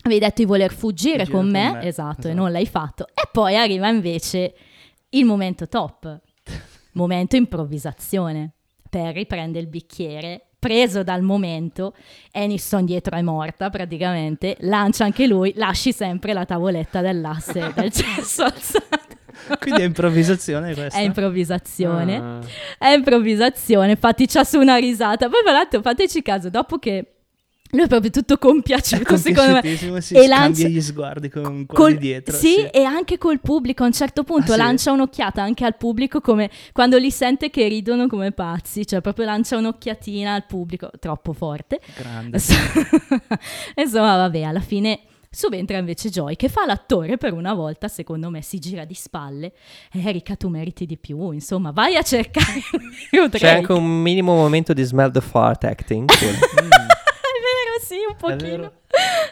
B: avevi detto di voler fuggire
D: Fuggire
B: con
D: con
B: me,
D: me,
B: Esatto, e
D: esatto.
B: non l'hai fatto. E poi arriva invece il momento top, momento improvvisazione. Perry prende il bicchiere, preso dal momento, Aniston dietro è morta praticamente, lancia anche lui, lasci sempre la tavoletta dell'asse del cesso alzato.
D: Quindi è improvvisazione questa.
B: È improvvisazione.
C: Ah.
B: È improvvisazione, infatti c'ha su una risata. Poi, tra l'altro, fateci caso, dopo che lui è proprio tutto
D: È
B: compiaciuto, secondo me.
D: compiaciutissimo, si
B: e
D: scambia
B: lancia-
D: gli sguardi con
B: Col-
D: quelli dietro.
B: sì, e anche col pubblico a un certo punto
D: Ah, sì?
B: lancia un'occhiata anche al pubblico come quando li sente che ridono come pazzi, cioè proprio lancia un'occhiatina al pubblico, troppo forte.
D: Grande.
B: Insomma, vabbè, alla fine Subentra invece Joy, che fa l'attore per una volta, secondo me, si gira di spalle. Erika, tu meriti di più, insomma, vai a cercare un
A: C'è anche un minimo momento di smell the fart acting.
B: è vero, sì, un pochino.
D: vero.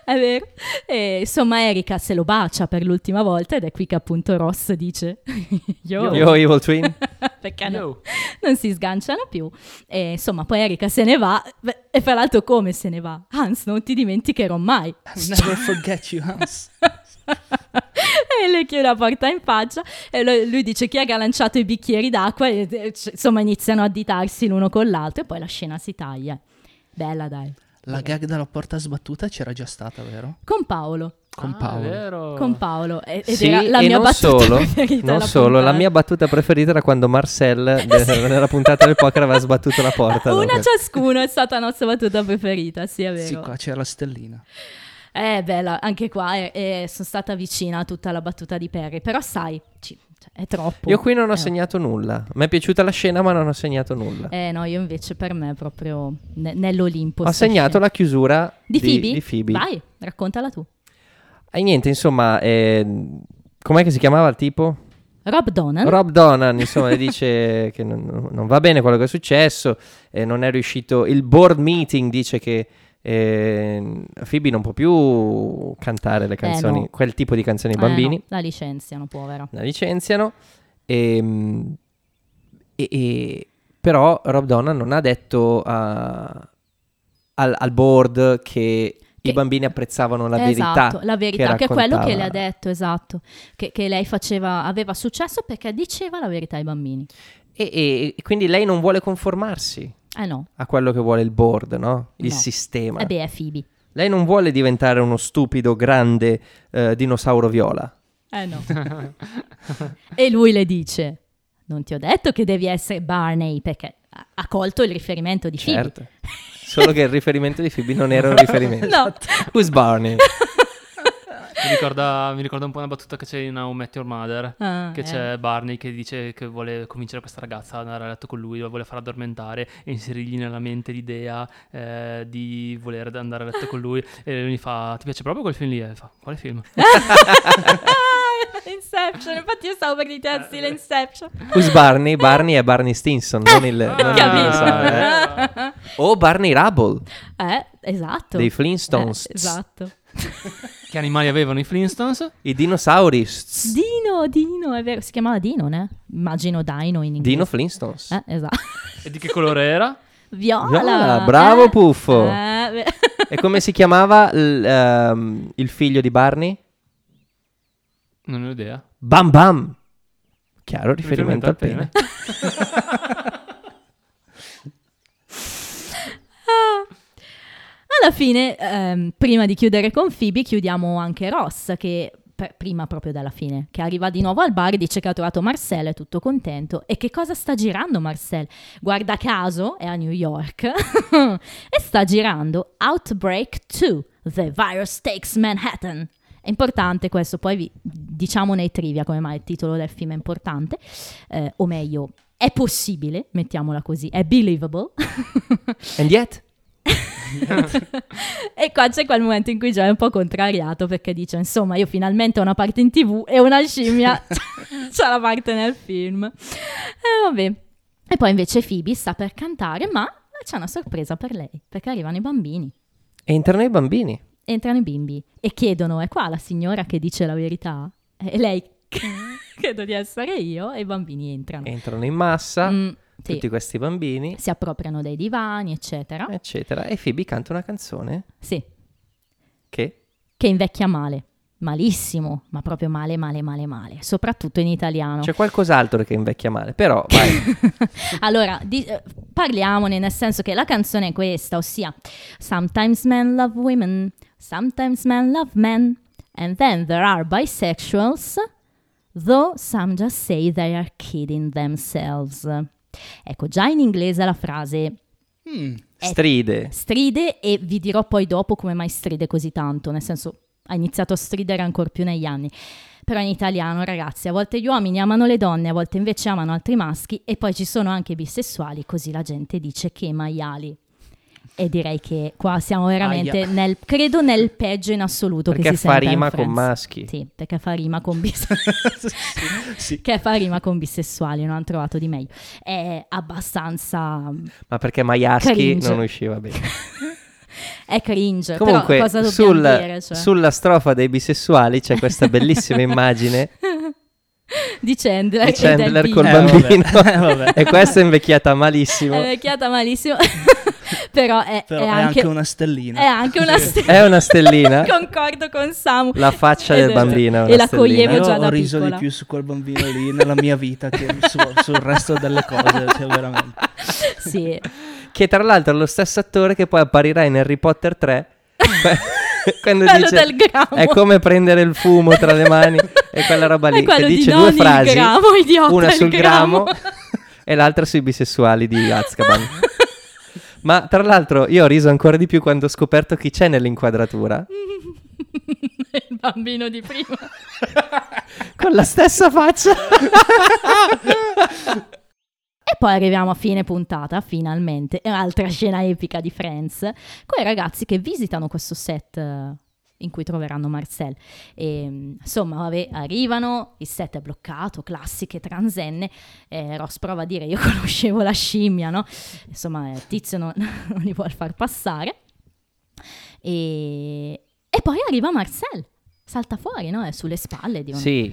B: È vero. E, insomma, Erika se lo bacia per l'ultima volta ed è qui che appunto Ross dice Yo,
A: Io Evil Twin.
B: perché no? non si sganciano più. E, insomma, poi Erika se ne va. Beh, E fra l'altro come se ne va? Hans, non ti dimenticherò mai.
D: I'll never forget you, Hans.
B: e le chiude la porta in faccia e lo- lui dice chi è che ha lanciato i bicchieri d'acqua e eh, c- insomma iniziano a ditarsi l'uno con l'altro e poi la scena si taglia. Bella dai.
D: La gag della porta sbattuta c'era già stata, vero?
B: Con Paolo.
D: Con
C: Ah,
D: Paolo.
C: vero.
B: Con Paolo. E- Ed
A: Sì,
B: era la
A: e
B: mia
A: non
B: battuta
A: solo,
B: preferita
A: non
B: della
A: solo, la
B: puntata.
A: mia battuta preferita era quando Marcel de- nella puntata del poker aveva sbattuto la porta.
B: Una
A: dopo.
B: ciascuno è stata la nostra battuta preferita, sì è vero.
D: Sì, qua c'era la stellina.
B: Eh, bella, anche qua eh, eh, sono stata vicina a tutta la battuta di Perry, però sai, ci- cioè, è troppo.
A: Io qui non ho
B: Eh.
A: segnato nulla. Mi è piaciuta la scena, ma non ho segnato nulla.
B: Eh no, io invece per me è proprio ne- nell'Olimpo.
A: ho
B: sta
A: segnato
B: scena.
A: la chiusura
B: Di Phoebe?
A: di Phoebe.
B: Vai, raccontala tu.
A: E niente, insomma, eh, com'è che si chiamava il tipo?
B: Rob Donan. Eh,
A: Rob Donan, insomma, le dice che non, non va bene quello che è successo, eh, non è riuscito, il board meeting dice che eh, Phoebe non può più cantare le canzoni,
B: Eh, no.
A: quel tipo di canzoni
B: Eh,
A: ai bambini,
B: no, la licenziano, povera.
A: la licenziano, ehm, e, e- però Rob Donan non ha detto a- al, al board che,
B: Che-
A: i bambini apprezzavano la
B: esatto,
A: verità.
B: la verità, che, è quello
A: raccontava-
B: che le ha detto, esatto. Che, che lei faceva, aveva successo perché diceva la verità ai bambini.
A: E- e- e quindi lei non vuole conformarsi.
B: Eh no,
A: a quello che vuole il board, no? Il
B: No.
A: sistema.
B: eh beh, è Phoebe.
A: Lei non vuole diventare uno stupido grande eh, dinosauro viola.
B: Eh no. e lui le dice, non ti ho detto che devi essere Barney, perché ha ha colto il riferimento di Phoebe.
A: Certo. Solo che il riferimento di Phoebe non era un riferimento.
B: No,
A: Who's Barney?
C: Mi ricorda, mi ricorda un po' una battuta che c'è in How I Met Your Mother.
B: Ah,
C: Che
B: eh.
C: c'è Barney che dice che vuole convincere questa ragazza ad andare a letto con lui, la vuole far addormentare e inserirgli nella mente l'idea eh, di voler andare a letto con lui. E lui gli fa: Ti piace proprio quel film lì? E fa: Quale film?
B: Inception, infatti io stavo per dire al
C: Eh,
B: stile Inception.
A: Who's Barney? Barney è Barney Stinson, non
C: Ah,
A: il... non il
B: capito.
A: dinosauro, eh. O Barney Rubble,
B: Eh, esatto.
A: dei Flintstones.
B: Eh, esatto.
C: Che animali avevano i Flintstones?
A: I dinosauri. Tss.
B: Dino, Dino, è vero, si chiamava Dino, ne? Immagino Dino in inglese.
A: Dino Flintstones.
B: Eh, esatto.
C: E di che colore era?
B: Viola.
A: Viola, bravo,
B: eh.
A: Puffo.
B: Eh, beh.
A: E come si chiamava l- ehm, il figlio di Barney?
C: Non ne ho idea.
A: Bam Bam. Chiaro riferimento al pene.
C: Riferimento al pene.
B: Alla fine, ehm, prima di chiudere con Phoebe, chiudiamo anche Ross, che per- prima proprio dalla fine, che arriva di nuovo al bar e dice che ha trovato Marcel, è tutto contento. E che cosa sta girando Marcel? Guarda caso, è a New York e sta girando Outbreak 2, The Virus Takes Manhattan. È importante questo, poi vi diciamo nei trivia come mai il titolo del film è importante, eh, o meglio, è possibile, mettiamola così, è believable.
A: And yet?
B: E qua c'è quel momento in cui già è un po' contrariato perché dice, insomma, io finalmente ho una parte in tv e una scimmia c'ha la parte nel film. E vabbè. E poi invece Phoebe sta per cantare, ma c'è una sorpresa per lei, perché arrivano i bambini,
A: Entrano i bambini.
B: entrano i bimbi e chiedono, è qua la signora che dice la verità? E lei, credo di essere io, e i bambini entrano.
A: Entrano in massa,
B: Mm, sì.
A: tutti Eh. questi bambini,
B: Si appropriano dei divani, eccetera.
A: eccetera. E Phoebe canta una canzone
B: Sì,
A: che...
B: che invecchia male. Malissimo, ma proprio male, male, male, male. Soprattutto in italiano.
A: C'è qualcos'altro che invecchia male, però vai.
B: Allora, di- eh, parliamone nel senso che la canzone è questa, ossia Sometimes men love women, sometimes men love men, and then there are bisexuals, though some just say they are kidding themselves. Ecco, già in inglese la frase
D: Mm,
B: Eh.
A: stride.
B: stride e vi dirò poi dopo come mai stride così tanto, nel senso ha iniziato a stridere ancora più negli anni. Però in italiano, ragazzi, a volte gli uomini amano le donne, a volte invece amano altri maschi e poi ci sono anche i bisessuali, così la gente dice che maiali. E direi che qua siamo veramente nel, credo nel peggio in assoluto
A: Perché
B: che si
A: fa
B: senta in
A: rima con
B: Friends.
A: maschi.
B: Sì, perché fa rima con bis-
D: sì. Eh,
B: che fa rima con bisessuali, non hanno trovato di meglio. È abbastanza
A: Ma perché Maiaschi
B: Cringe.
A: non usciva bene.
B: è cringe,
A: Comunque,
B: però cosa dobbiamo
A: sul-
B: dire, cioè?
A: sulla strofa dei bisessuali c'è questa bellissima immagine
B: di Chandler,
A: di
B: e del
A: Chandler col
B: bimbo.
D: Eh, vabbè.
A: bambino.
D: Eh, vabbè.
A: e questa è invecchiata malissimo.
B: È vecchiata malissimo, però è,
D: Però
B: è
D: è anche una stellina.
B: è anche una stella.
A: È una stellina.
B: Concordo con Samu.
A: La faccia
B: Ed
A: del
B: è-
A: bambino. è
B: e
A: una
B: la coglievo
A: stellina.
B: già
D: Io
B: da
D: ho riso
B: piccola.
D: di più su quel bambino lì nella mia vita che su- sul resto delle cose, cioè veramente.
B: Sì,
A: Che tra l'altro è lo stesso attore che poi apparirà in Harry Potter 3. quando
B: quello
A: dice
B: del gramo.
A: è come prendere il fumo tra le mani e quella roba
B: È
A: lì che
B: quello di
A: dice
B: Noni,
A: due
B: il
A: frasi
B: gramo, idiota,
A: una
B: il
A: sul gramo,
B: gramo.
A: e l'altra sui bisessuali di Azkaban ma tra l'altro io ho riso ancora di più quando ho scoperto chi c'è nell'inquadratura
B: Il bambino di prima.
A: con la stessa faccia
B: E poi arriviamo a fine puntata, finalmente. È un'altra scena epica di Friends. Quei ragazzi che visitano questo set eh, in cui troveranno Marcel. E, mh, insomma, vabbè, arrivano, il set è bloccato, classiche transenne. Eh, Ross prova a dire io conoscevo la scimmia, no? Insomma, eh, Tizio non, non li vuole far passare. E, e poi arriva Marcel, salta fuori, no? È sulle spalle di uno.
A: sì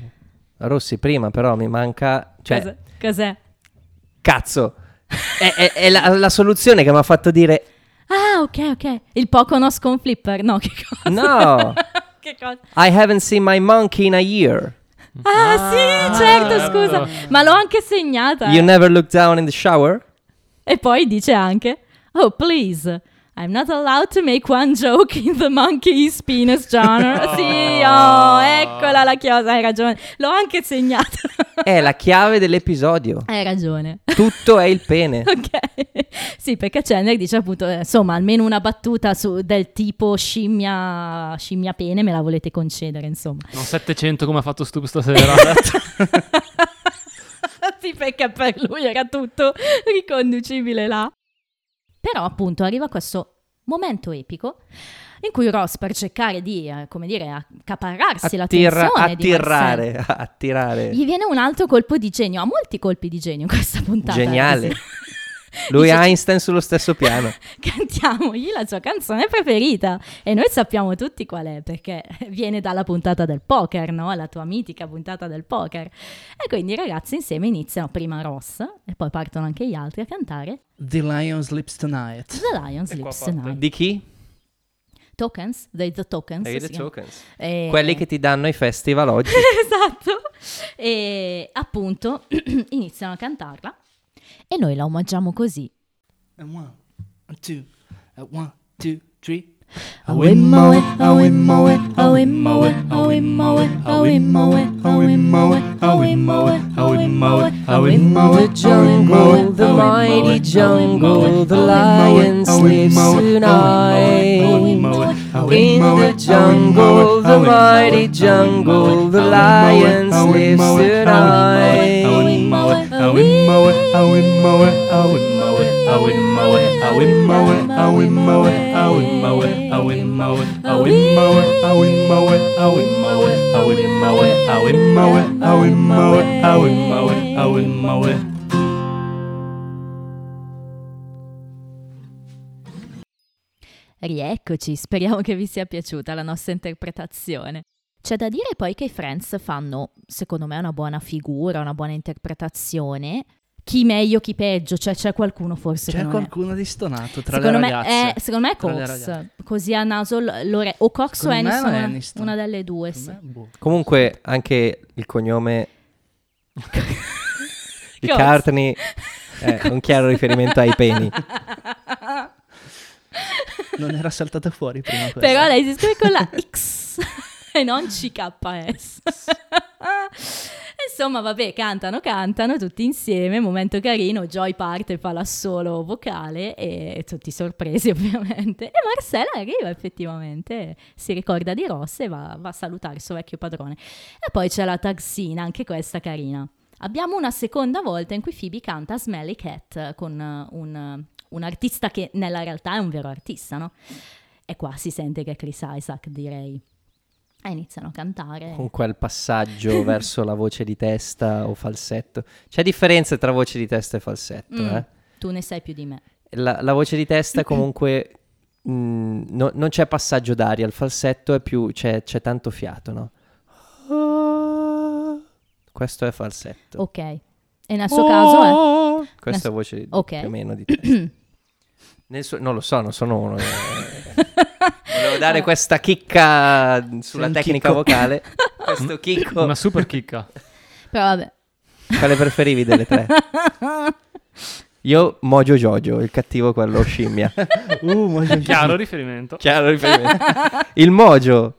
A: Rossi prima però mi manca cioè
B: Cos'è? Cos'è?
A: cazzo è, è- è la, la soluzione che mi ha fatto dire
B: Ah, ok, ok. Il Poconos con Flipper, no, che cosa?
A: No.
B: che cosa?
A: I haven't seen my monkey in a year
B: Ah,
C: Ah,
B: sì, certo,
C: certo.
B: scusa. Ma l'ho anche segnata.
A: you
B: eh.
A: never look down in the shower
B: E poi dice anche, oh, please. I'm not allowed to make one joke in the monkey's penis genre. Sì, oh, eccola la chiosa, hai ragione. L'ho anche segnata.
A: è la chiave dell'episodio
B: hai ragione.
A: Eh. tutto è il pene
B: Ok, sì, perché Chandler dice appunto, eh, insomma, almeno una battuta su- del tipo scimmia, scimmia pene me la volete concedere, insomma.
C: Non 700 come ha fatto Stup stasera.
A: Esatto.
B: sì, perché per lui era tutto riconducibile là. Però appunto arriva questo momento epico in cui Ross per cercare di, eh, come dire, accaparrarsi
A: Attirra-
B: l'attenzione di Marcel,
A: attirare, attirare.
B: gli viene un altro colpo di genio, ha molti colpi di genio in questa puntata. eh,
A: Geniale. Lui
B: Dice-
A: e Einstein sullo stesso piano.
B: Cantiamogli la sua canzone preferita e noi sappiamo tutti qual è perché viene dalla puntata del poker, no? La tua mitica puntata del poker. E quindi i ragazzi insieme iniziano prima Ross e poi partono anche gli altri a cantare
D: The Lion Sleeps Tonight.
B: The Lion Sleeps
C: qua parte.
B: Tonight.
A: Di chi?
B: Tokens, dei The Tokens. si chiama. E-
A: Quelli che ti danno i festival oggi.
B: esatto. E appunto iniziano a cantarla e noi la omaggiamo così.
D: And one, and two, and one, two, three.
A: In the jungle, the mighty jungle, the lion sleeps tonight.
B: Rieccoci, speriamo che vi sia piaciuta la nostra interpretazione. C'è da dire poi che i Friends fanno, secondo me, una buona figura, una buona interpretazione. Chi meglio, chi peggio, cioè c'è qualcuno forse che
D: C'è
B: non è.
D: qualcuno di stonato tra
B: secondo,
D: le
B: me,
D: ragazze.
B: eh, secondo me è
D: Tra le
B: Cox,
D: ragazze.
B: così a naso l- l'ore... o Cox
D: Secondo
B: o
D: me
B: Aniston,
D: è
B: una-
D: Aniston.
B: una delle due, Eh sì.
D: Secondo me, boh.
A: Comunque, anche il cognome di
B: Cox.
A: Cartney è eh, un chiaro riferimento ai peni.
D: Non era saltata fuori prima questa.
B: Però lei si scrive con la X e non CKS. Insomma, vabbè, cantano, cantano tutti insieme, momento carino, Joy parte, fa la solo vocale e tutti sorpresi ovviamente. E Marcella arriva effettivamente, si ricorda di Ross e va, va a salutare il suo vecchio padrone. E poi c'è la taxina, anche questa carina. Abbiamo una seconda volta in cui Phoebe canta Smelly Cat con eh, un, eh, un artista che nella realtà è un vero artista, no? E qua si sente che è Chris Isaac, direi. E iniziano a cantare.
A: Con quel passaggio verso la voce di testa o falsetto. C'è differenza tra voce di testa e falsetto,
B: Mm,
A: eh?
B: Tu ne sai più di me.
A: La, la voce di testa comunque mh, no- non c'è passaggio d'aria, il falsetto è più, c'è, c'è tanto fiato, no? Questo è falsetto.
B: Ok. E nel suo caso è...
A: Questa è voce di,
B: Ok.
A: più o meno di testa. Nel suo- non lo so, non sono uno. eh. Volevo dare questa chicca sulla
D: un
A: tecnica
D: chicco.
A: vocale. Questo chicco.
C: Una super chicca.
B: Però vabbè.
A: Quale preferivi delle tre? Io Mojo Jojo, il cattivo quello scimmia.
D: Uh, ma che
C: Chiaro riferimento.
A: Chiaro riferimento. Il Mojo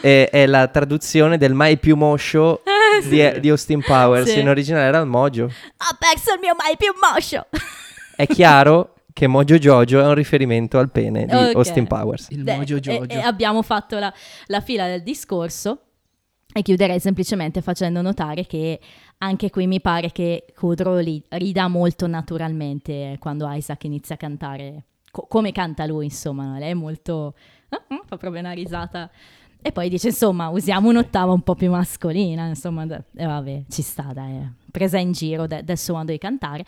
A: è, è la traduzione del mai più moscio di, di Austin Powers.
B: Sì.
A: In originale era il Mojo.
B: Ho perso il mio mai più moscio.
A: È chiaro che Mojo Jojo è un riferimento al pene di
B: Ok.
A: Austin Powers.
D: Il
B: Beh,
D: Mojo
B: e-
D: Jojo.
B: E, abbiamo fatto la, la fila del discorso e chiuderei semplicemente facendo notare che anche qui mi pare che Kudrow li- rida molto naturalmente quando Isaac inizia a cantare, co- come canta lui insomma, lei è molto... ah, ah, fa proprio una risata. E poi dice insomma usiamo un'ottava un po' più mascolina, insomma, d- e vabbè ci sta dai, eh, presa in giro de- del suo modo di cantare.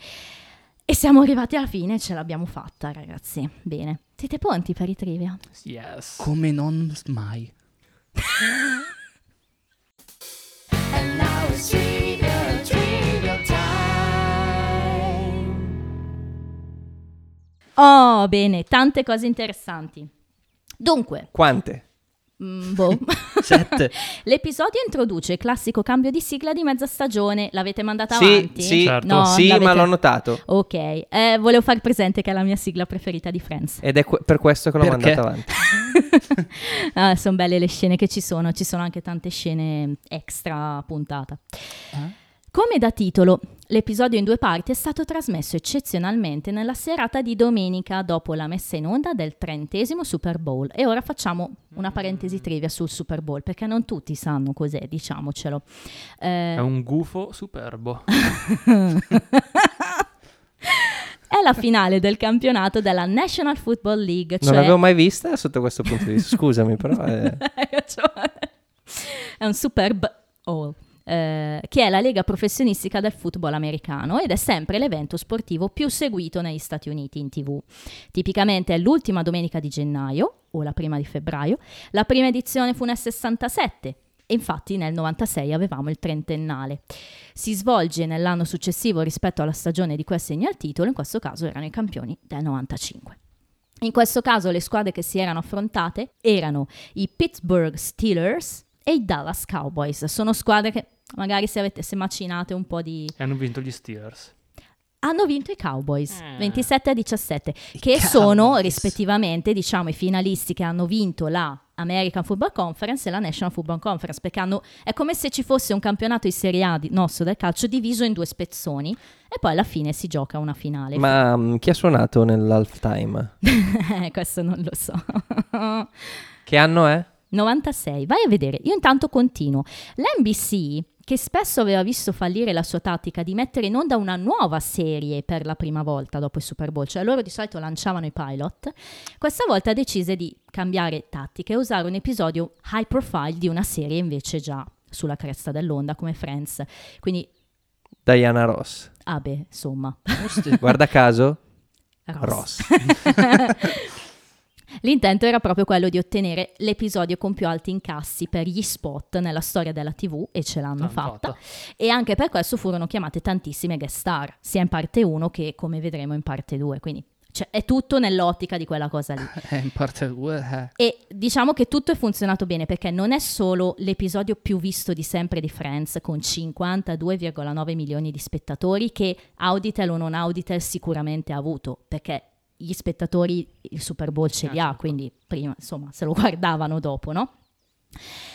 B: E siamo arrivati alla fine, ce l'abbiamo fatta ragazzi, bene. Siete pronti per i trivia?
C: Yes.
D: Come non mai.
B: Oh, bene, tante cose interessanti. Dunque,
A: Quante?
B: mm, boh.
D: Sette.
B: l'episodio introduce il classico cambio di sigla di mezza stagione. L'avete mandata
A: Sì,
B: avanti?
A: sì,
C: Certo.
B: No,
A: sì
B: l'avete-
A: ma l'ho notato.
B: Ok, eh, volevo far presente che è la mia sigla preferita di Friends.
A: Ed è que- per questo che l'ho
D: Perché?
A: mandata avanti.
B: Ah, sono belle le scene che ci sono, ci sono anche tante scene extra puntata.
D: Eh?
B: Come da titolo, l'episodio in due parti è stato trasmesso eccezionalmente nella serata di domenica dopo la messa in onda del trentesimo Super Bowl. E ora facciamo una
C: Mm.
B: parentesi trivia sul Super Bowl, perché non tutti sanno cos'è, diciamocelo. Eh,
C: È un gufo superbo.
B: È la finale del campionato della National Football League,
A: Non
B: cioè...
A: l'avevo mai vista sotto questo punto di vista. Scusami, però. eh.
B: Hai ragione. È un Superb Bowl. eh, che è la lega professionistica del football americano ed è sempre l'evento sportivo più seguito negli Stati Uniti in tv. Tipicamente è l'ultima domenica di gennaio o la prima di febbraio. La prima edizione fu nel 67 e infatti nel 96 avevamo il trentennale. Si svolge nell'anno successivo rispetto alla stagione di cui assegna il titolo, in questo caso erano i campioni del 95. In questo caso le squadre che si erano affrontate erano i Pittsburgh Steelers e i Dallas Cowboys. Sono squadre che magari se, avete, se macinate un po' di...
C: E hanno vinto gli Steelers.
B: Hanno vinto i Cowboys,
C: Ah.
B: 27 a 17,
D: Mm. I
B: che sono
D: Cowboys.
B: rispettivamente, diciamo, i finalisti che hanno vinto la American Football Conference e la National Football Conference, perché hanno, è come se ci fosse un campionato di Serie A di- nostro del calcio diviso in due spezzoni e poi alla fine si gioca una finale.
A: Ma mm, chi ha suonato nell'halftime?
B: Eh, Questo non lo so.
A: Che anno è?
B: 96, vai a vedere, io intanto continuo. L'NBC, che spesso aveva visto fallire la sua tattica di mettere in onda una nuova serie per la prima volta dopo il Super Bowl, cioè loro di solito lanciavano i pilot, questa volta decise di cambiare tattica e usare un episodio high profile di una serie invece già sulla cresta dell'onda come Friends. Quindi,
A: Diana Ross.
B: ah beh, insomma,
A: Guarda caso,
B: Ross.
A: Ross.
B: L'intento era proprio quello di ottenere l'episodio con più alti incassi per gli spot nella storia della TV e ce l'hanno
C: L'hanno
B: fatta.
C: fatta.
B: E anche per questo furono chiamate tantissime guest star, sia in parte 1 che come vedremo in parte 2. Quindi cioè, è tutto nell'ottica di quella cosa lì.
D: Eh, in parte due. eh,
B: E diciamo che tutto è funzionato bene perché non è solo l'episodio più visto di sempre di Friends con 52,9 milioni di spettatori che Auditel o non Auditel sicuramente ha avuto perché gli spettatori il Super Bowl ce li ha,
C: Ah, certo.
B: quindi prima insomma se lo guardavano dopo, no?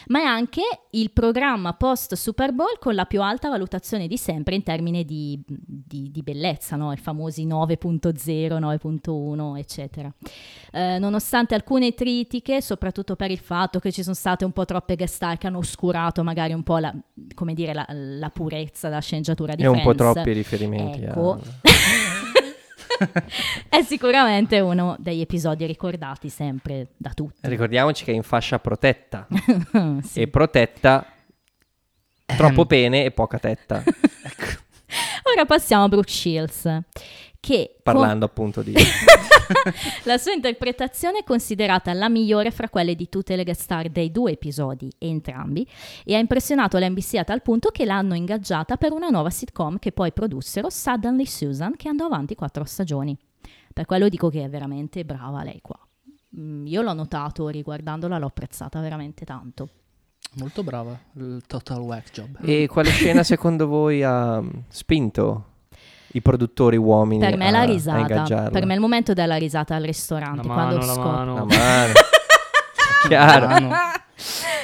B: Ma è anche il programma post Super Bowl con la più alta valutazione di sempre in termini di, di- di bellezza, no? i famosi 9.0, 9.1, eccetera. Eh, nonostante alcune critiche, soprattutto per il fatto che ci sono state un po' troppe guest star che hanno oscurato magari un po' la, come dire, la, la purezza della sceneggiatura di
A: E un po'
B: Friends.
A: eh. troppi riferimenti. a-
B: Ecco. È sicuramente uno degli episodi ricordati sempre da tutti.
A: Ricordiamoci che è in fascia protetta.
B: Sì. Ehm.
A: E protetta, troppo pene e poca tetta.
B: Oh. Ora passiamo a Brooke Shields, che con-
A: Parlando appunto di...
B: la sua interpretazione è considerata la migliore fra quelle di tutte le guest star dei due episodi, entrambi, e ha impressionato la NBC a tal punto che l'hanno ingaggiata per una nuova sitcom che poi produssero, Suddenly Susan, che andò avanti quattro stagioni. Per quello dico che è veramente brava lei qua. Mm, Io l'ho notato riguardandola, l'ho apprezzata veramente tanto.
D: Molto brava, il total whack job.
A: E quale scena secondo voi ha mm, spinto i produttori uomini
B: Per me
A: a,
B: la
A: a
B: risata,
A: ingaggiarla?
B: per me il momento della risata al ristorante,
C: La
B: quando
C: mano, la
B: scop-
A: La
C: mano.
A: mano.
D: Chiaro.
A: Chiaro.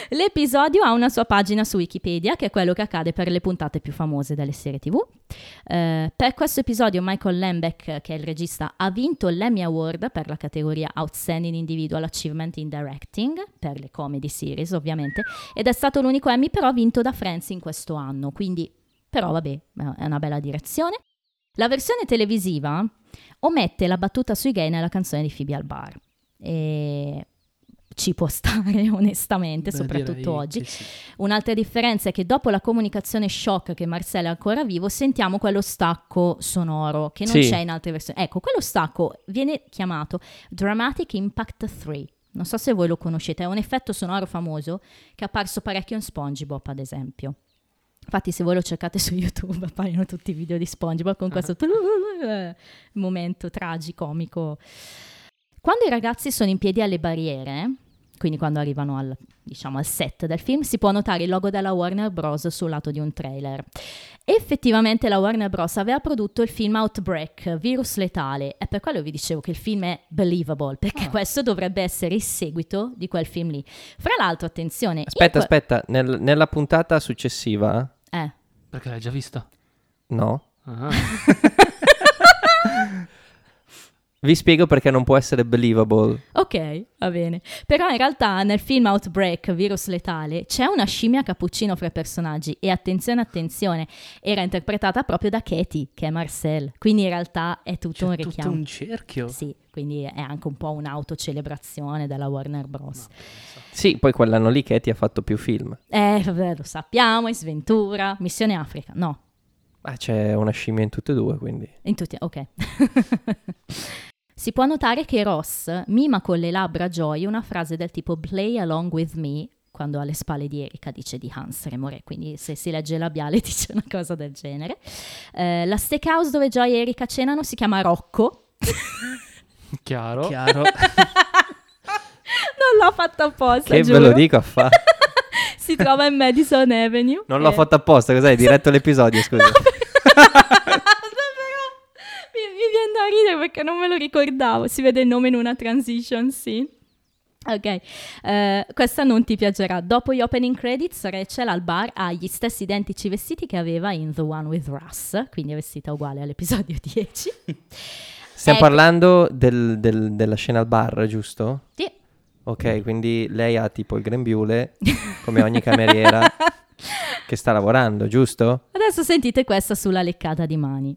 B: L'episodio ha una sua pagina su Wikipedia, che è quello che accade per le puntate più famose delle serie TV. Eh, per questo episodio Michael Lembeck, che è il regista, ha vinto l'Emmy Award per la categoria Outstanding Individual Achievement in Directing, per le comedy series ovviamente, ed è stato l'unico Emmy però vinto da Friends in questo anno, quindi però vabbè, eh, è una bella direzione. La versione televisiva omette la battuta sui gay nella canzone di Phoebe al bar. E ci può stare onestamente,
D: Beh, direi
B: soprattutto oggi.
D: che sì.
B: Un'altra differenza è che dopo la comunicazione shock che Marcello è ancora vivo, sentiamo quello stacco sonoro che non
A: Sì.
B: c'è in altre versioni. Ecco, quello stacco viene chiamato Dramatic Impact 3. Non so se voi lo conoscete, è un effetto sonoro famoso che è apparso parecchio in SpongeBob, ad esempio. Infatti, se voi lo cercate su YouTube, appaiono tutti i video di SpongeBob con questo momento tragicomico. Quando i ragazzi sono in piedi alle barriere, quindi quando arrivano al, diciamo, al set del film, si può notare il logo della Warner Bros. sul lato di un trailer. Effettivamente la Warner Bros. aveva prodotto il film Outbreak, Virus Letale, e per quello vi dicevo che il film è believable, perché questo dovrebbe essere il seguito di quel film lì. Fra l'altro, attenzione... in
A: Aspetta,
B: que-
A: aspetta, nel- nella puntata successiva,
B: Eh.
C: Perché l'hai già vista?
A: no,
C: Ah,
A: vi spiego perché non può essere believable.
B: Ok, va bene. Però in realtà nel film Outbreak, Virus Letale, c'è una scimmia cappuccino fra i personaggi e attenzione, attenzione, era interpretata proprio da Katie, che è Marcel. Quindi in realtà è tutto
D: C'è
B: un
D: Cioè, tutto
B: richiamo.
D: un cerchio.
B: Sì, quindi è anche un po' un'autocelebrazione della Warner Bros.
A: Sì, poi quell'anno lì Katie ha fatto più film.
B: Eh, vabbè, lo sappiamo, è Sventura, Missione Africa, no,
A: Ma c'è una scimmia in tutte e due, quindi.
B: In tutti, ok. si può notare che Ross mima con le labbra a Joy una frase del tipo play along with me quando alle spalle di Erika dice di Hans Remore, quindi se si legge il labiale dice una cosa del genere. Eh, la steakhouse dove Joy e Erika cenano si chiama Rocco.
C: chiaro.
D: Chiaro.
B: Non l'ho fatta apposta,
A: Che
B: giuro.
A: ve lo dico a fa.
B: Si trova in Madison Avenue.
A: Non l'ho
B: Eh,
A: fatto apposta, cos'hai? Diretto l'episodio, scusa.
B: Però mi, mi viene da ridere perché non me lo ricordavo. Si vede il nome in una transition scene. Ok, eh, questa non ti piacerà. Dopo gli opening credits, Rachel al bar ha gli stessi identici vestiti che aveva in The One with Russ, quindi è vestita uguale all'episodio 10.
A: Stiamo
B: Ecco.
A: parlando del- del- della scena al bar, giusto?
B: Sì.
A: Ok, quindi lei ha tipo il grembiule, come ogni cameriera che sta lavorando, giusto?
B: Adesso sentite questa sulla leccata di mani.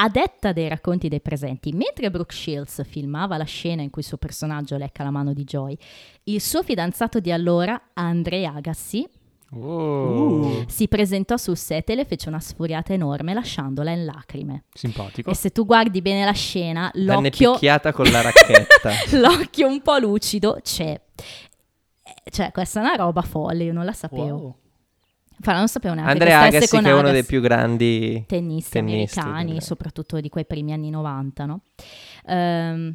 B: A detta dei racconti dei presenti, mentre Brooke Shields filmava la scena in cui il suo personaggio lecca la mano di Joy, il suo fidanzato di allora, Andrea Agassi,
C: Oh,
A: Uh.
D: Uh,
B: si presentò sul set e le fece una sfuriata enorme lasciandola in lacrime.
C: Simpatico.
B: E se tu guardi bene la scena,
A: L'hanno
B: l'occhio,
A: picchiata con la racchetta.
B: l'occhio un po' lucido c'è. Eh, Cioè, questa è una roba folle, io non la sapevo.
D: Wow.
B: Fra, non sapevo neanche
A: Andrea
B: che stesse
A: Agassi,
B: con
A: che è uno
B: Agassi.
A: dei più grandi
B: tennisti,
A: tennisti,
B: americani,
A: direi.
B: soprattutto di quei primi anni 90, no? Ehm,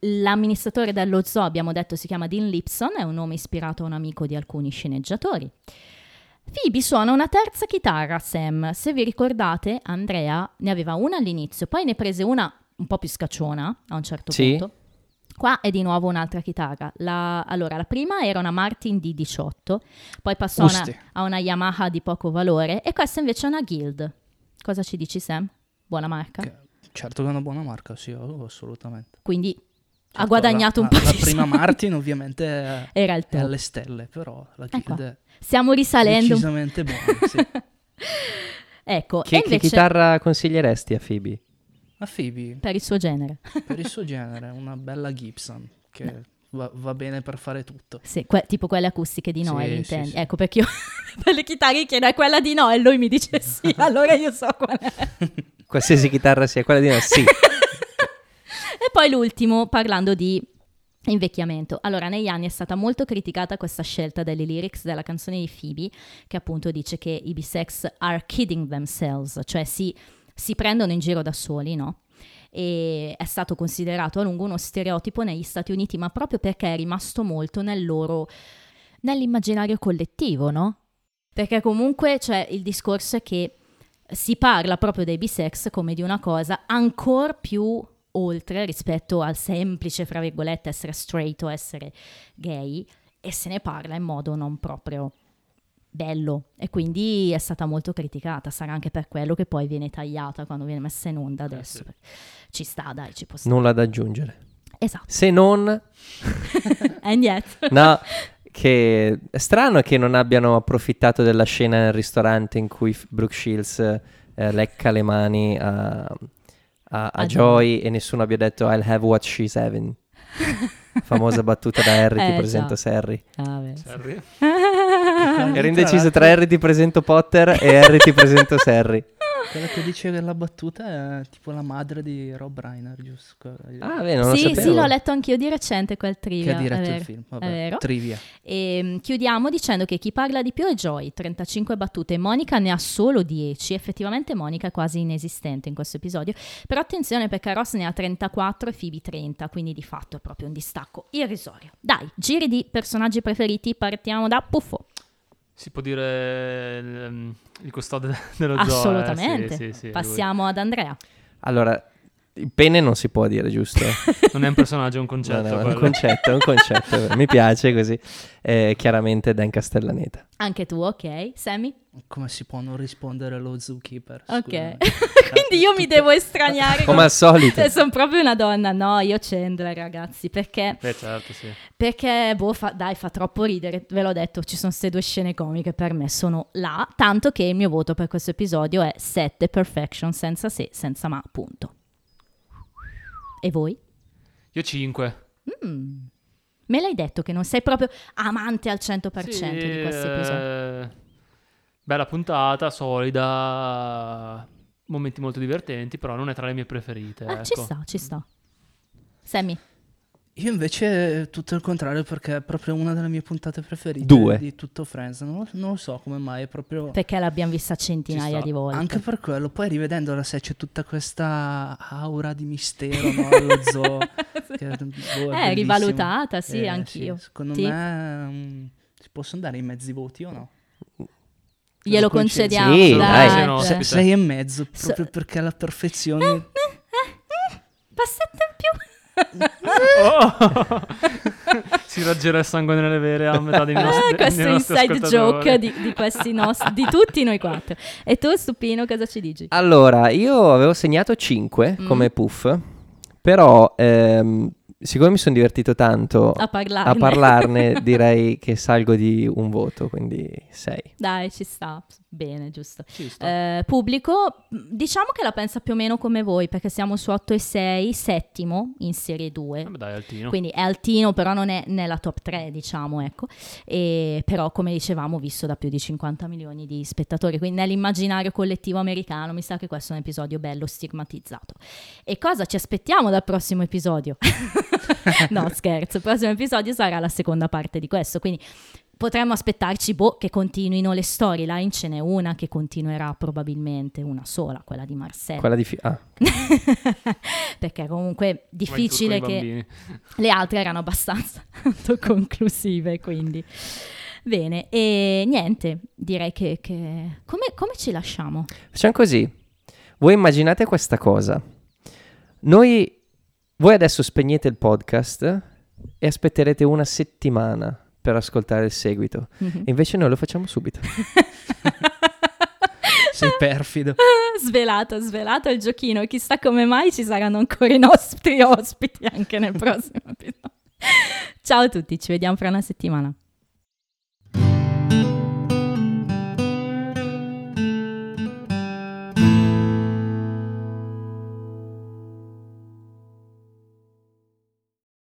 B: l'amministratore dello zoo, abbiamo detto, si chiama Dean Lipson, è un nome ispirato a un amico di alcuni sceneggiatori. Phoebe suona una terza chitarra, Sam. Se vi ricordate, Andrea ne aveva una all'inizio, poi ne prese una un po' più scacciona a un certo
A: Sì.
B: punto. Qua è di nuovo un'altra chitarra. La- allora, la prima era una Martin D18, poi passò a una-
D: Usti.
B: a una Yamaha di poco valore e questa invece è una Guild. Cosa ci dici Sam? Buona marca.
D: Che- Certo che è una buona marca, sì, oh, assolutamente.
B: Quindi ha
D: Certo,
B: guadagnato
D: la-
B: un po'
D: la- La
B: di
D: prima
B: soldi.
D: Martin ovviamente è-
B: Era il
D: è
B: top.
D: alle stelle, però la
B: qua.
D: Guild è
B: Stiamo risalendo. Ecco, un-
D: decisamente buona, sì.
B: Ecco,
A: Che,
B: e
A: che
B: invece
A: chitarra consiglieresti a Phoebe?
D: La Phoebe,
B: per il suo genere.
D: per il suo genere, è una bella Gibson che va, va bene per fare tutto.
B: Sì, que- tipo quelle acustiche di
D: Sì,
B: Noel,
D: sì,
B: intendi.
D: sì.
B: Ecco perché io per le chitarre chiedo è quella di Noel, lui mi dice sì, allora io so qual è.
A: Qualsiasi chitarra sia quella di noi, sì.
B: E poi l'ultimo, parlando di invecchiamento. Allora, negli anni è stata molto criticata questa scelta delle lyrics della canzone di Phoebe, che appunto dice che i bisex are kidding themselves, cioè si, si prendono in giro da soli, no? E è stato considerato a lungo uno stereotipo negli Stati Uniti, ma proprio perché è rimasto molto nel loro, nell'immaginario collettivo, no? Perché comunque, cioè, il discorso è che si parla proprio dei bisex come di una cosa ancora più oltre rispetto al semplice, fra virgolette, essere straight o essere gay e se ne parla in modo non proprio bello e quindi è stata molto criticata, sarà anche per quello che poi viene tagliata quando viene messa in onda adesso. Ci sta, dai, ci può stare.
A: Nulla da aggiungere.
B: Esatto,
A: Se non,
B: and yet.
A: no, che è strano che non abbiano approfittato della scena nel ristorante in cui F- Brooke Shields eh, lecca le mani a, a- a
B: A
A: Joy e nessuno abbia detto I'll have what she's having. Famosa battuta da Harry,
B: Eh,
A: ti
B: già.
A: presento Harry.
B: Ah, beh, sì.
C: Harry.
D: Quindi,
B: Ah,
A: Ero
D: tra
A: indeciso
D: l'altro,
A: tra Harry ti presento Potter e Harry ti presento Harry.
D: Quella che dice della battuta è tipo la madre di Rob Reiner, giusto? Que-
A: Ah, beh, non
B: sì,
A: lo sapevo.
B: sì, l'ho letto anch'io di recente quel
D: che
B: trivia.
D: ha
B: è
D: diretto il
B: vero,
D: film.
B: è
D: Vabbè,
B: vero.
D: trivia.
B: E mm, chiudiamo dicendo che chi parla di più è Joy, 35 battute, Monica ne ha solo 10, effettivamente Monica è quasi inesistente in questo episodio, però attenzione perché Ross ne ha 34 e Phoebe 30, quindi di fatto è proprio un distacco irrisorio. Dai, giri di personaggi preferiti, partiamo da Puffo.
C: Si può dire ehm, il custode dello zoo. eh? Sì,
B: Assolutamente.
C: sì, sì, lui.
B: Passiamo ad Andrea.
A: Allora, il pene non si può dire, giusto?
C: Non è un personaggio, è un
A: No, no,
C: concetto.
A: è un
C: quello.
A: concetto, è un concetto. Mi piace così. Eh, chiaramente Dan Castellaneta.
B: Anche tu, ok? Sammy?
D: Come si può non rispondere lo zookeeper?
B: Ok.
D: scusami. Eh,
B: Quindi io mi devo estraniare.
A: Come al solito.
B: Eh, Sono proprio una donna, no, io Chandler ragazzi, perché
C: Beh, certo, sì.
B: Perché, boh, fa- dai, fa troppo ridere. Ve l'ho detto, ci sono queste due scene comiche per me, sono là. Tanto che il mio voto per questo episodio è 7 Perfection, senza se, senza ma, punto. E voi?
C: Io 5.
B: Mm. Me l'hai detto che non sei proprio amante al 100% di questi episodi.
C: eh, Bella puntata, solida, momenti molto divertenti, però non è tra le mie preferite.
B: Ah,
C: ecco.
B: ci sta, ci sta. Sammy,
D: Io invece eh, tutto il contrario perché è proprio una delle mie puntate preferite
A: Due.
D: di tutto Friends. Non lo, non lo so come mai, è proprio...
B: perché l'abbiamo vista centinaia
C: sta.
B: di volte.
D: Anche per quello, poi rivedendola se c'è tutta questa aura di mistero no, allo zoo. che, boh, è bellissimo.
B: Esatto. eh, rivalutata, sì,
D: Eh,
B: anch'io.
D: secondo
B: Sì.
D: me mm, si possono dare i mezzi voti o no?
B: Glielo
D: lo concedi?
B: concediamo.
A: Sì, dai.
B: dai.
C: Se no,
B: Eh,
C: se-
D: Se- sei e mezzo, proprio
B: So-
D: perché la
B: eh, eh,
D: perfezione...
B: eh, Passate in più.
C: Oh! si raggira il sangue nelle vere a metà dei nostri
B: Ah, questo
C: dei nostri
B: inside
C: ascoltatori.
B: joke di, di questi nostri, di tutti noi quattro. E tu, Stupino, cosa ci dici?
A: Allora, io avevo segnato 5
B: Mm.
A: come puff, però ehm, siccome mi sono divertito tanto
B: A parlarne.
A: a parlarne, direi che salgo di un voto, quindi 6.
B: Dai, ci sta. Bene, giusto.
C: Ci sta.
B: Eh, pubblico, mh, diciamo che la pensa più o meno come voi, perché siamo su 8 e 6, settimo in Serie 2.
C: Vabbè, dai, altino.
B: Quindi è altino, però non è nella top 3, diciamo, ecco. E, però, come dicevamo, visto da più di 50 milioni di spettatori, quindi nell'immaginario collettivo americano mi sa che questo è un episodio bello stigmatizzato. E cosa ci aspettiamo dal prossimo episodio? no, scherzo, il prossimo episodio sarà la seconda parte di questo, quindi potremmo aspettarci boh, che continuino le storyline, ce n'è una che continuerà probabilmente, una sola, quella di Marcello,
A: Quella di... fi- ah,
B: perché comunque è
C: Come il turco
B: difficile
C: con i
B: che...
C: bambini.
B: Le altre erano abbastanza autoconclusive, quindi. Bene, e niente, direi che... che- Come, come ci lasciamo?
A: Facciamo così. Voi immaginate questa cosa. Noi, voi adesso spegnete il podcast e aspetterete una settimana per ascoltare il seguito. E invece noi lo facciamo subito.
D: Sei perfido.
B: svelato, svelato il giochino, chissà come mai ci saranno ancora i nostri ospiti anche nel prossimo episodio. Ciao a tutti, ci vediamo fra una settimana.